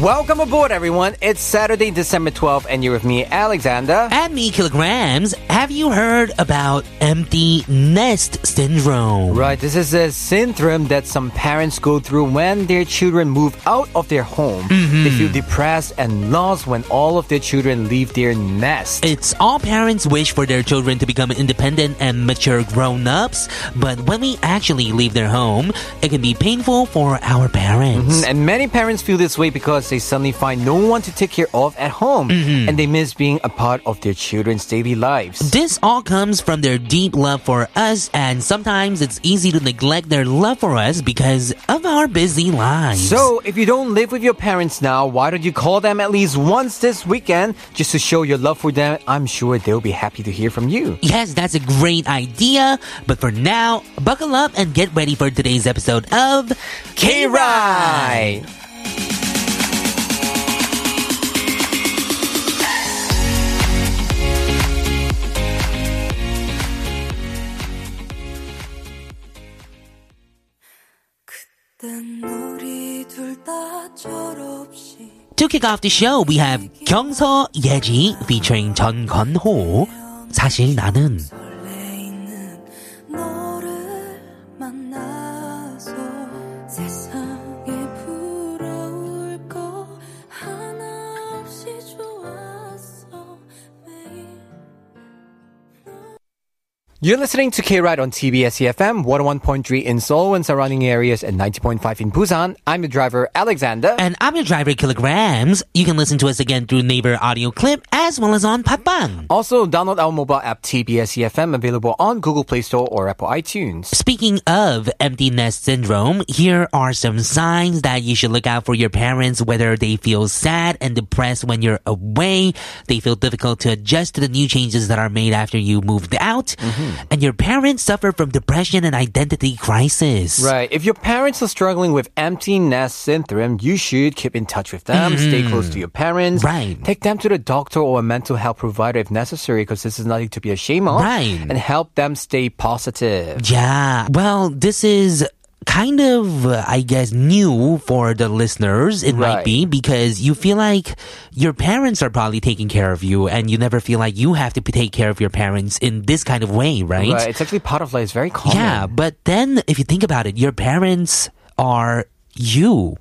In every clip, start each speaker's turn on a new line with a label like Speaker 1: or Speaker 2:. Speaker 1: Welcome aboard, everyone. It's Saturday, December 12th, and you're with me, Alexander.
Speaker 2: At me kilograms, have you heard about empty nest syndrome?
Speaker 1: Right, this is a syndrome that some parents go through when their children move out of their home. They feel depressed and lost when all of their children leave their nest.
Speaker 2: It's all parents wish for their children to become independent and mature grown-ups, but when we actually leave their home, it can be painful for our parents.
Speaker 1: and many parents feel this way because they suddenly find no one to take care of at home and they miss being a part of their children's daily lives.
Speaker 2: This all comes from their deep love for us, and sometimes it's easy to neglect their love for us because of our busy lives.
Speaker 1: So, if you don't live with your parents now, why don't you call them at least once this weekend just to show your love for them? I'm sure they'll be happy to hear from you.
Speaker 2: Yes, that's a great idea. But for now, buckle up and get ready for today's episode of K Ride!
Speaker 1: K-Ride.
Speaker 3: 난 우리 둘 다 철없이
Speaker 2: To kick off the show, we have 경서 예지 featuring 전건호. 사실 나는
Speaker 3: 설레이는 너를 만나서 세상에 부러울 거 하나 없이 좋았어 매일
Speaker 1: You're listening to K-Ride on TBS EFM 101.3 in Seoul and surrounding areas and 90.5 in Busan. I'm your driver, Alexander.
Speaker 2: and I'm your driver kilograms. You can listen to us again through neighbor audio clip as well as on Papang.
Speaker 1: also, download our mobile app TBS EFM E available on Google Play Store or Apple iTunes.
Speaker 2: Speaking of empty nest syndrome, here are some signs that you should look out for your parents whether they feel sad and depressed when you're away, they feel difficult to adjust to the new changes that are made after you moved out, and your parents suffer from depression and identity crisis.
Speaker 1: Right. If your parents are struggling with empty nest syndrome, you should keep in touch with them, stay close to your parents,
Speaker 2: Mm-hmm. Right.
Speaker 1: take them to the doctor or a mental health provider if necessary because this is nothing to be ashamed of,
Speaker 2: Right.
Speaker 1: and help them stay positive.
Speaker 2: Yeah. Well, this is kind of, uh, I guess, new for the listeners. It might
Speaker 1: Right.
Speaker 2: be because you feel like your parents are probably taking care of you and you never feel like you have to p- take care of your parents in this kind of way, right?
Speaker 1: Right. Oh, It's actually part of life. It's very common.
Speaker 2: Yeah. But then if you think about it, your parents are you,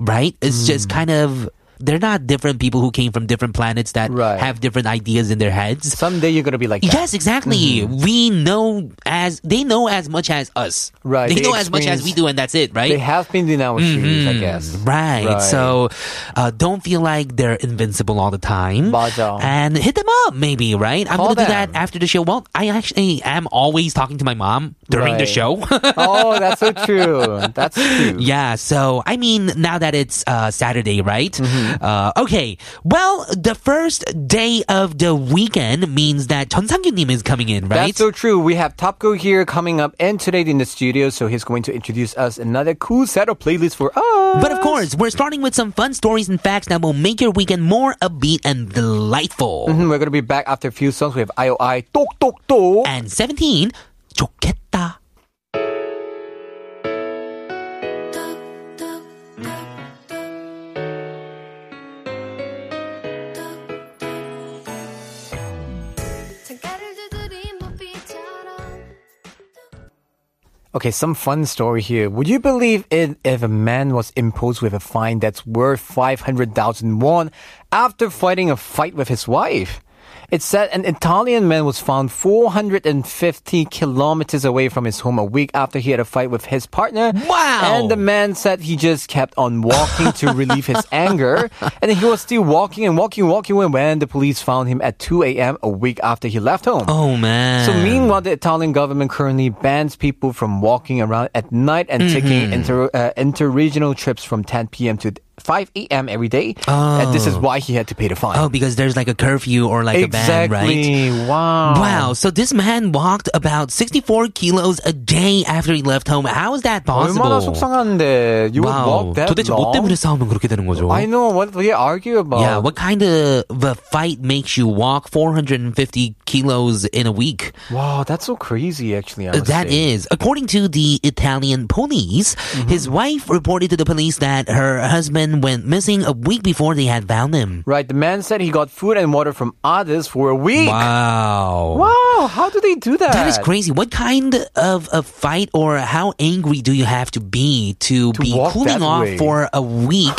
Speaker 2: right? It's
Speaker 1: Mm.
Speaker 2: just kind of. They're not different people who came from different planets that
Speaker 1: Right.
Speaker 2: have different ideas in their heads.
Speaker 1: Someday you're gonna be like that.
Speaker 2: Yes, exactly.
Speaker 1: Mm-hmm.
Speaker 2: We know as they know as much as us.
Speaker 1: Right,
Speaker 2: They,
Speaker 1: they
Speaker 2: know as much as we do, and that's it, right? Mm.
Speaker 1: They have been in our shoes, I guess.
Speaker 2: Mm-hmm. Right. So uh, don't feel like they're invincible all the time.
Speaker 1: 맞아.
Speaker 2: And hit them up, maybe, right? I'm
Speaker 1: Call
Speaker 2: going to do that
Speaker 1: them.
Speaker 2: after the show. Well, I actually am always talking to my mom during the
Speaker 1: Right.
Speaker 2: show.
Speaker 1: oh, that's so true. That's true.
Speaker 2: Yeah, so I mean, now that it's uh, Saturday, right?
Speaker 1: Mm-hmm.
Speaker 2: Uh, okay, well, the first day of the weekend means that Chun sang is coming in, right?
Speaker 1: That's so true. We have Top Go here coming up and today in the studio, so he's going to introduce us another cool set of playlists for us.
Speaker 2: But of course, we're starting with some fun stories and facts that will make your weekend more upbeat and delightful.
Speaker 1: Mhm, we're going to be back after a few songs. We have IOI, Tok Tok Tok.
Speaker 2: And 17, 좋겠다.
Speaker 3: 창가를 두드린 불빛처럼
Speaker 1: Okay, some fun story here. Would you believe it if a man was imposed with a fine that's worth 500,000 won after fighting a fight with his wife? It said an Italian man was found 450 kilometers away from his home a week after he had a fight with his partner.
Speaker 2: Wow.
Speaker 1: And the man said he just kept on walking to relieve his anger. And he was still walking and walking, walking when- when the police found him at 2 a.m. a week after he left home.
Speaker 2: Oh, man.
Speaker 1: So meanwhile, the Italian government currently bans
Speaker 2: Mm-hmm.
Speaker 1: people from walking around at night and taking inter uh, interregional trips from 10 p.m. to 5 a.m. every day. And this is why he had to pay the fine.
Speaker 2: Oh, because there's like a curfew or like a ban, right?
Speaker 1: exactly. Wow.
Speaker 2: Wow. So this man walked about 64 kilos a day after he left home. How is that possible?
Speaker 1: 얼마나 속상한데. You would
Speaker 2: wow.
Speaker 1: walk that
Speaker 2: 도대체
Speaker 1: long?
Speaker 2: 뭐 때문에 싸우면 그렇게 되는 거죠?
Speaker 1: I know. What do you argue about?
Speaker 2: Yeah, what kind of a fight makes you walk 450 kilos in a week?
Speaker 1: Wow, that's so crazy, actually. I
Speaker 2: Uh,
Speaker 1: must
Speaker 2: That
Speaker 1: say.
Speaker 2: is, according to the Italian police,
Speaker 1: Mm-hmm.
Speaker 2: his wife reported to the police that her husband went missing a week before they had found him.
Speaker 1: Right, the man said he got food and water from others for a week.
Speaker 2: Wow.
Speaker 1: Wow, how do they do that?
Speaker 2: That is crazy. What kind of a fight or how angry do you have to be to, be
Speaker 1: walk that
Speaker 2: cooling off
Speaker 1: way.
Speaker 2: for a week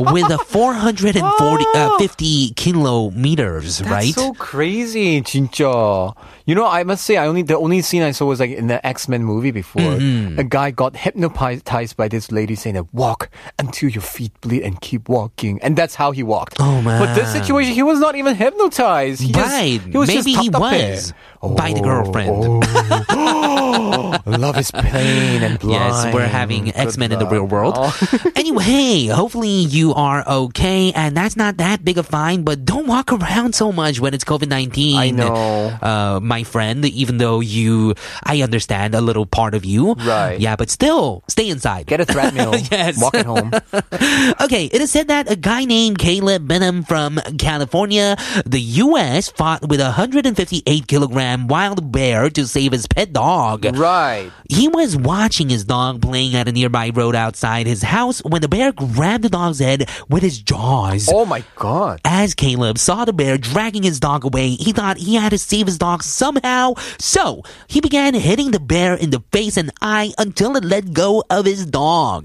Speaker 2: with a 440 uh, 50 kilometers, right?
Speaker 1: Oh. So crazy, 진짜. You know, I must say, I only the only scene I saw was like in the X Men movie before.
Speaker 2: Mm-hmm.
Speaker 1: A guy got hypnotized by this lady saying that walk until your feet bleed and keep walking, and that's how he walked.
Speaker 2: Oh,
Speaker 1: But this
Speaker 2: man.
Speaker 1: situation, he was not even hypnotized. He just-
Speaker 2: right.
Speaker 1: he was
Speaker 2: Maybe
Speaker 1: just
Speaker 2: he was
Speaker 1: 답답해.
Speaker 2: by the
Speaker 1: Oh,
Speaker 2: girlfriend.
Speaker 1: oh. Love is pain and blind.
Speaker 2: Yes, we're having X Men in the
Speaker 1: luck. Oh,
Speaker 2: real world. anyway, hopefully you are okay, and that's not that big a fine. But don't walk around so much when it's COVID nineteen.
Speaker 1: I know.
Speaker 2: uh, my friend. Even though you, I understand a little part of you.
Speaker 1: Right.
Speaker 2: Yeah, but still, stay inside.
Speaker 1: Get a treadmill.
Speaker 2: Yes.
Speaker 1: Walk at home.
Speaker 2: Okay, it is said that a guy named Caleb Benham from California, the U.S., fought with a 158 kilogram wild bear to save his pet dog.
Speaker 1: right.
Speaker 2: He was watching his dog playing at a nearby road outside his house when the bear grabbed the dog's head with his jaws.
Speaker 1: Oh my god.
Speaker 2: As Caleb saw the bear dragging his dog away, he thought he had to save his dog somehow. So he began hitting the bear in the face and eye until it let go of his dog.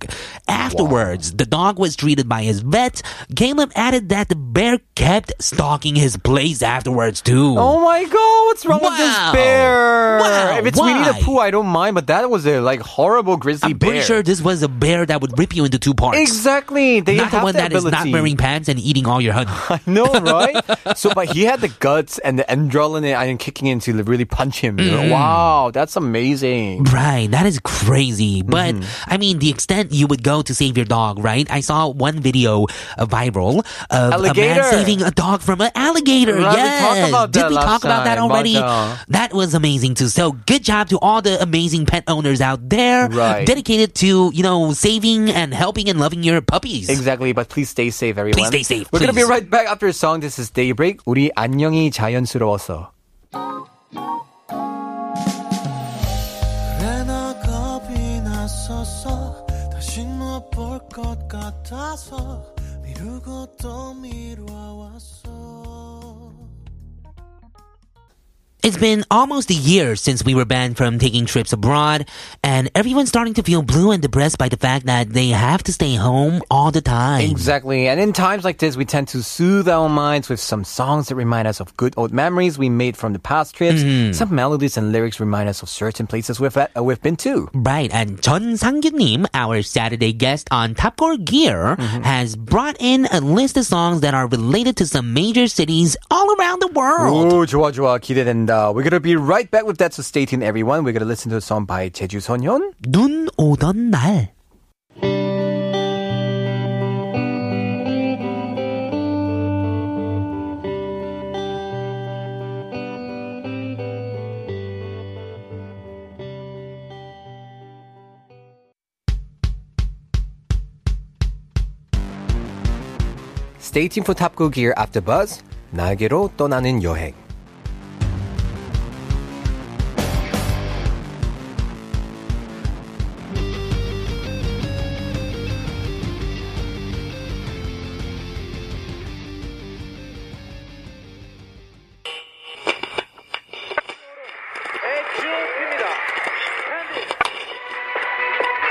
Speaker 2: Afterwards, the dog was treated by his vet. Caleb added that the bear kept stalking his place afterwards too.
Speaker 1: Oh my god, what's wrong with
Speaker 2: Wow.
Speaker 1: this bear?
Speaker 2: Wow,
Speaker 1: if it's Winnie the
Speaker 2: why?
Speaker 1: Pooh, I don't mind, but that was a like horrible grizzly
Speaker 2: I'm
Speaker 1: bear.
Speaker 2: pretty sure this was a bear that would rip you into two parts.
Speaker 1: Exactly. They
Speaker 2: not the
Speaker 1: have
Speaker 2: one
Speaker 1: the
Speaker 2: that is
Speaker 1: ability.
Speaker 2: not wearing pants and eating all your honey.
Speaker 1: I know, right? so, but he had the guts and the adrenaline and kicking in to really punch him. you
Speaker 2: Mm-hmm.
Speaker 1: know? Wow, that's amazing.
Speaker 2: right, that is crazy. But
Speaker 1: Mm-hmm.
Speaker 2: I mean, the extent you would go to save your dog, right? I saw one video uh, viral of a
Speaker 1: Alligator.
Speaker 2: man saving a dog from an alligator.
Speaker 1: Right, we
Speaker 2: yes,
Speaker 1: talked about
Speaker 2: did
Speaker 1: that
Speaker 2: we
Speaker 1: last
Speaker 2: talk about that
Speaker 1: time, uh,
Speaker 2: already?
Speaker 1: 맞아.
Speaker 2: That was amazing too. So good job to all the amazing pet owners out there,
Speaker 1: Right.
Speaker 2: dedicated to you know saving and helping and loving your puppies.
Speaker 1: Exactly, but please stay safe, everyone.
Speaker 2: Please stay safe,
Speaker 1: We're gonna be
Speaker 2: please.
Speaker 1: right back after a song. This is Daybreak. 우리 안녕이 자연스러워서.
Speaker 4: 내나 겁이 났었어 다신 못볼 것 같아서 미루고 또 미뤄왔어
Speaker 2: It's been almost a year since we were banned from taking trips abroad, and everyone's starting to feel blue and depressed by the fact that they have to stay home all the time.
Speaker 1: Exactly. And in times like this, we tend to soothe our minds with some songs that remind us of good old memories we made from the past trips. Some melodies and lyrics remind us of certain places we've, at, uh, we've been to.
Speaker 2: Right, and Chun Sang-gyun-nim, our Saturday guest on Top Core Gear,
Speaker 5: Mm-hmm.
Speaker 2: has brought in a list of songs that are related to some major cities all around the world.
Speaker 1: Ooh, 좋아, 좋아. 기대된다. We're going to be right back with that, so stay tuned, everyone. We're going to listen to a song by Jeju Sonyeon.
Speaker 2: 눈 오던 날.
Speaker 1: Stay tuned for Top Go Gear After Buzz. 나에게로 떠나는 여행.
Speaker 2: Seatbelts on.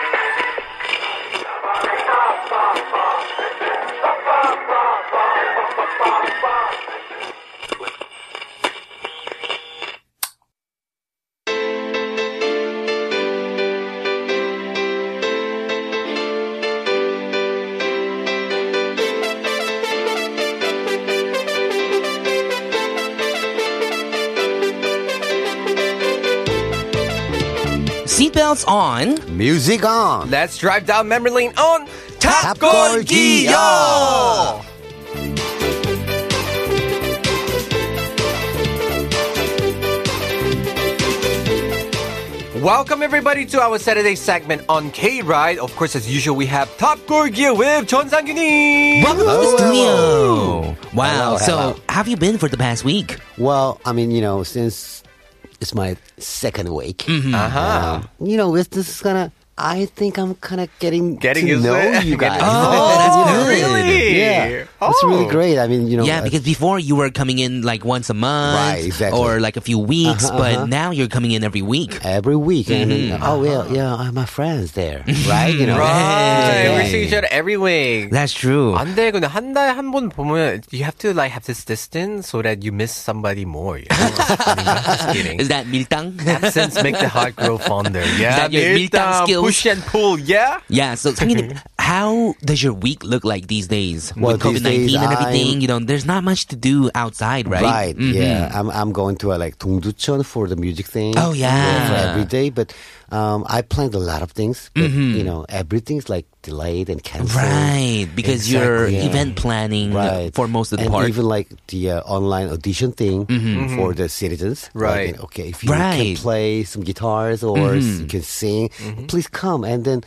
Speaker 5: Music on.
Speaker 1: Let's drive down memory lane on 탑골기요. Welcome everybody to our Saturday segment on K Ride. Of course, as usual, we have Top Goal Gear with Chon Sang
Speaker 2: Welcome to the studio. Wow.
Speaker 5: Hello,
Speaker 2: so,
Speaker 5: hello.
Speaker 2: how have you been for the past week?
Speaker 5: Well, I mean, you know, since it's my second week,
Speaker 1: Mm-hmm. Uh-huh.
Speaker 5: um, you know, this, this is gonna. I think I'm kind of getting
Speaker 1: Getting
Speaker 5: to
Speaker 1: used to
Speaker 5: know
Speaker 1: it.
Speaker 5: you guys.
Speaker 2: Oh, that's good.
Speaker 1: Really?
Speaker 5: Yeah,
Speaker 1: Oh.
Speaker 5: it's really great. I mean, you know,
Speaker 2: yeah,
Speaker 5: uh,
Speaker 2: because before you were coming in like once a month,
Speaker 5: Right, exactly. Uh-huh,
Speaker 2: or like a few weeks, but now you're coming in every week.
Speaker 5: every week, and then, oh yeah, yeah, I have my friends there, right? You
Speaker 1: Mm-hmm.
Speaker 5: know,
Speaker 1: Right, we see each
Speaker 5: Yeah.
Speaker 1: other every week.
Speaker 2: That's true.
Speaker 1: 안 돼. 근데 한 달에 한 번 보면 you have to like have this distance so that you miss somebody more. You know? Just kidding.
Speaker 2: Is that miltang?
Speaker 1: Absence make the heart grow fonder. Yeah,
Speaker 2: that your 밀당
Speaker 1: 밀당,
Speaker 2: skills?
Speaker 1: push and pull. Yeah.
Speaker 2: yeah. So, Sangin, how does your week look like these days
Speaker 5: Well,
Speaker 2: with COVID
Speaker 5: these
Speaker 2: nineteen
Speaker 5: days
Speaker 2: and
Speaker 5: I'm-
Speaker 2: everything? You know, there's not much to do outside, right?
Speaker 5: Right.
Speaker 1: Mm-hmm.
Speaker 5: Yeah. I'm I'm going to uh, like Dongducheon for the music thing.
Speaker 2: Oh, yeah.
Speaker 5: for every day, but um, I planned a lot of things, but
Speaker 1: Mm-hmm.
Speaker 5: you know, everything's like delayed and canceled.
Speaker 2: Right, because you're
Speaker 5: Exactly.
Speaker 2: event planning
Speaker 5: Right.
Speaker 2: for most of the
Speaker 5: and
Speaker 2: part. Mm-hmm.
Speaker 5: even like the uh, online audition thing for the citizens. Like,
Speaker 1: Mm-hmm. Right.
Speaker 5: you know, okay, if you
Speaker 2: Right. Mm-hmm.
Speaker 5: can play some guitars or s- you can sing,
Speaker 1: Mm-hmm.
Speaker 5: please come. And then,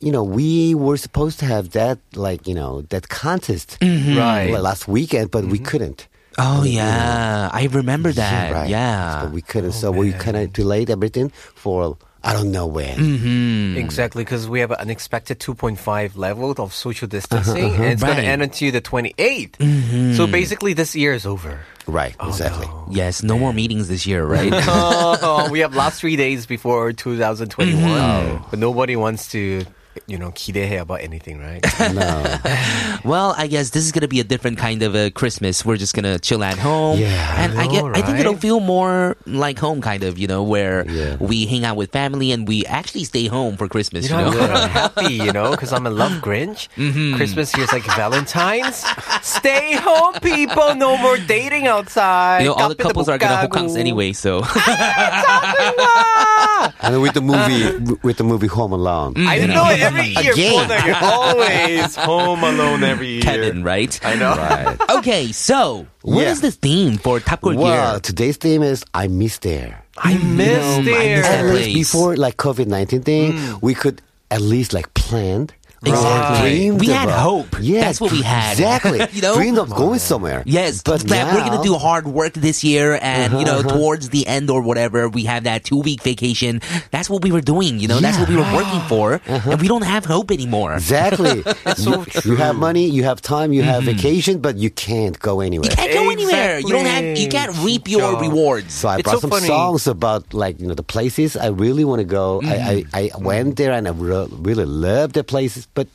Speaker 5: you know, we were supposed to have that, like, you know, that contest
Speaker 2: Mm-hmm.
Speaker 1: Right. Mm-hmm.
Speaker 5: like, last weekend, but we couldn't.
Speaker 2: oh yeah, I remember that.
Speaker 5: Yeah, right.
Speaker 2: Yeah.
Speaker 5: So we couldn't. so
Speaker 1: Oh,
Speaker 5: we kind of delayed everything for I don't know when.
Speaker 2: Mm. Hmm.
Speaker 1: Exactly, because we have an expected 2.5 level of social distancing, and it's going
Speaker 2: Uh-huh. Right.
Speaker 1: to
Speaker 2: Mm-hmm.
Speaker 1: end until the 28th. So basically, this year is over.
Speaker 5: Right. exactly.
Speaker 2: yes, no more meetings this year, right?
Speaker 1: Oh, we have last three days before 2021,
Speaker 2: Mm-hmm.
Speaker 1: but nobody wants to, you know, 기대해 about anything, right?
Speaker 5: No.
Speaker 2: Well, I guess this is gonna be a different kind of a Christmas. We're just gonna chill at home,
Speaker 5: Yeah.
Speaker 2: and I,
Speaker 1: know,
Speaker 2: get, I think
Speaker 1: right?
Speaker 2: it'll feel more like home, kind of, you know, where
Speaker 5: Yeah.
Speaker 2: we hang out with family and we actually stay home for Christmas.
Speaker 1: You
Speaker 2: You
Speaker 1: know,
Speaker 2: know, Mm-hmm.
Speaker 1: I'm kind of happy, you know, because I'm a love Grinch. Christmas here is like Valentine's. Stay home, people. No more dating outside.
Speaker 2: You know, all the
Speaker 1: 카페도
Speaker 2: couples
Speaker 1: 못
Speaker 2: are gonna
Speaker 1: 가고.
Speaker 2: hook anyway, so
Speaker 5: and with the movie, with the movie Home Alone.
Speaker 2: Mm,
Speaker 1: I
Speaker 5: you
Speaker 1: know it every year.
Speaker 5: Again.
Speaker 1: Paul, you're always home alone every year.
Speaker 2: Kevin, right?
Speaker 1: I know.
Speaker 2: Okay, so what
Speaker 5: Yeah.
Speaker 2: is the theme for Top Gear?
Speaker 5: Well, today's theme is I miss there.
Speaker 1: I missed there.
Speaker 2: miss
Speaker 5: At
Speaker 2: that.
Speaker 5: least
Speaker 2: place.
Speaker 5: before like COVID nineteen thing,
Speaker 2: Mm.
Speaker 5: we could at least like plan. or
Speaker 2: Exactly.
Speaker 5: dreamed
Speaker 2: We had
Speaker 5: about-
Speaker 2: hope.
Speaker 5: Yeah,
Speaker 2: That's what we had.
Speaker 5: Exactly.
Speaker 2: You know?
Speaker 5: dreamed of going somewhere.
Speaker 2: Yes,
Speaker 5: but
Speaker 2: but that we're gonna
Speaker 5: now-
Speaker 2: do hard work this year, and you know, towards the end or whatever, we have that two week vacation. That's what we were doing, you know. That's what we were working for, and we don't have hope anymore.
Speaker 5: Exactly. you, you have money, you have time, you have vacation, but you can't go anywhere.
Speaker 2: Mm-hmm. You can't go anywhere. You don't have. You can't
Speaker 1: Exactly.
Speaker 2: reap your
Speaker 1: Yeah.
Speaker 2: rewards.
Speaker 5: So I
Speaker 1: It's
Speaker 5: brought
Speaker 1: so
Speaker 5: some
Speaker 1: funny.
Speaker 5: songs about like you know the places I really want to go. I,
Speaker 2: Mm-hmm.
Speaker 5: I I went there and I re- really love the places, but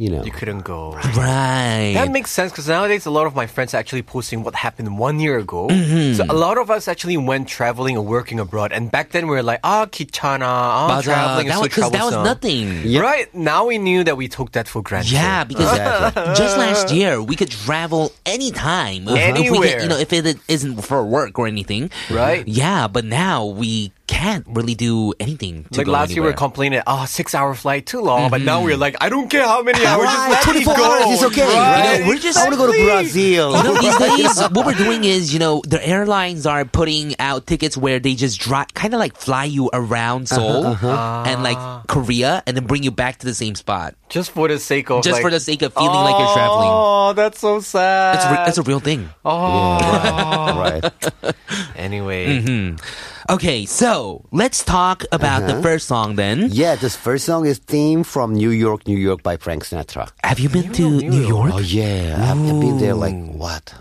Speaker 5: you know
Speaker 1: You couldn't go. That
Speaker 2: Right.
Speaker 1: makes sense because nowadays a lot of my friends are actually posting what happened one year ago.
Speaker 2: Mm-hmm.
Speaker 1: So a lot of us actually went traveling or working abroad, and back then we were like, ah, kichana, ah,
Speaker 2: But, uh,
Speaker 1: traveling is
Speaker 2: that
Speaker 1: so
Speaker 2: was, 'cause
Speaker 1: troublesome.
Speaker 2: that was nothing.
Speaker 1: Right now we knew that we took that for granted.
Speaker 2: Yeah, because
Speaker 5: Exactly.
Speaker 2: just last year we could travel anytime, If we could,
Speaker 1: Anywhere.
Speaker 2: you know, if it isn't for work or anything.
Speaker 1: Right.
Speaker 2: Yeah, but now we can't really do anything. To
Speaker 1: Like
Speaker 2: go
Speaker 1: last year, we were
Speaker 2: anywhere. Mm-hmm.
Speaker 1: complaining, oh, six hour flight, too long. But now we're like, I don't care how many hours, just let me
Speaker 5: 24
Speaker 1: go.
Speaker 5: hours is okay.
Speaker 1: Right?
Speaker 2: You know, we're just-
Speaker 5: I want to go to Brazil.
Speaker 2: You know, these days, what we're doing is, you know, the airlines are putting out tickets where they just drive, kind of like fly you around Seoul
Speaker 1: Uh-huh,
Speaker 2: and
Speaker 1: Ah.
Speaker 2: like Korea and then bring you back to the same spot
Speaker 1: just for the sake of
Speaker 2: just
Speaker 1: like,
Speaker 2: for the sake of feeling like you're traveling.
Speaker 1: Oh, that's so sad.
Speaker 2: It's, re- it's a real thing.
Speaker 1: oh.
Speaker 5: right.
Speaker 1: Anyway,
Speaker 2: Mm-hmm. Okay, so let's talk about the first song then.
Speaker 5: Yeah, this first song is theme from New York, New York by Frank Sinatra.
Speaker 2: Have you been to New York?
Speaker 5: Oh yeah, I've, I've been there like what?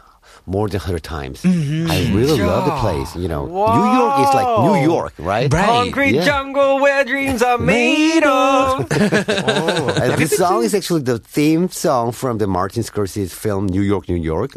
Speaker 5: More than hundred times. I really love the place. You know, New York is like New York, right?
Speaker 2: Right.
Speaker 1: concrete
Speaker 5: yeah.
Speaker 1: jungle where dreams are made of.
Speaker 5: And this song is actually the theme song from the Martin Scorsese film New York, New York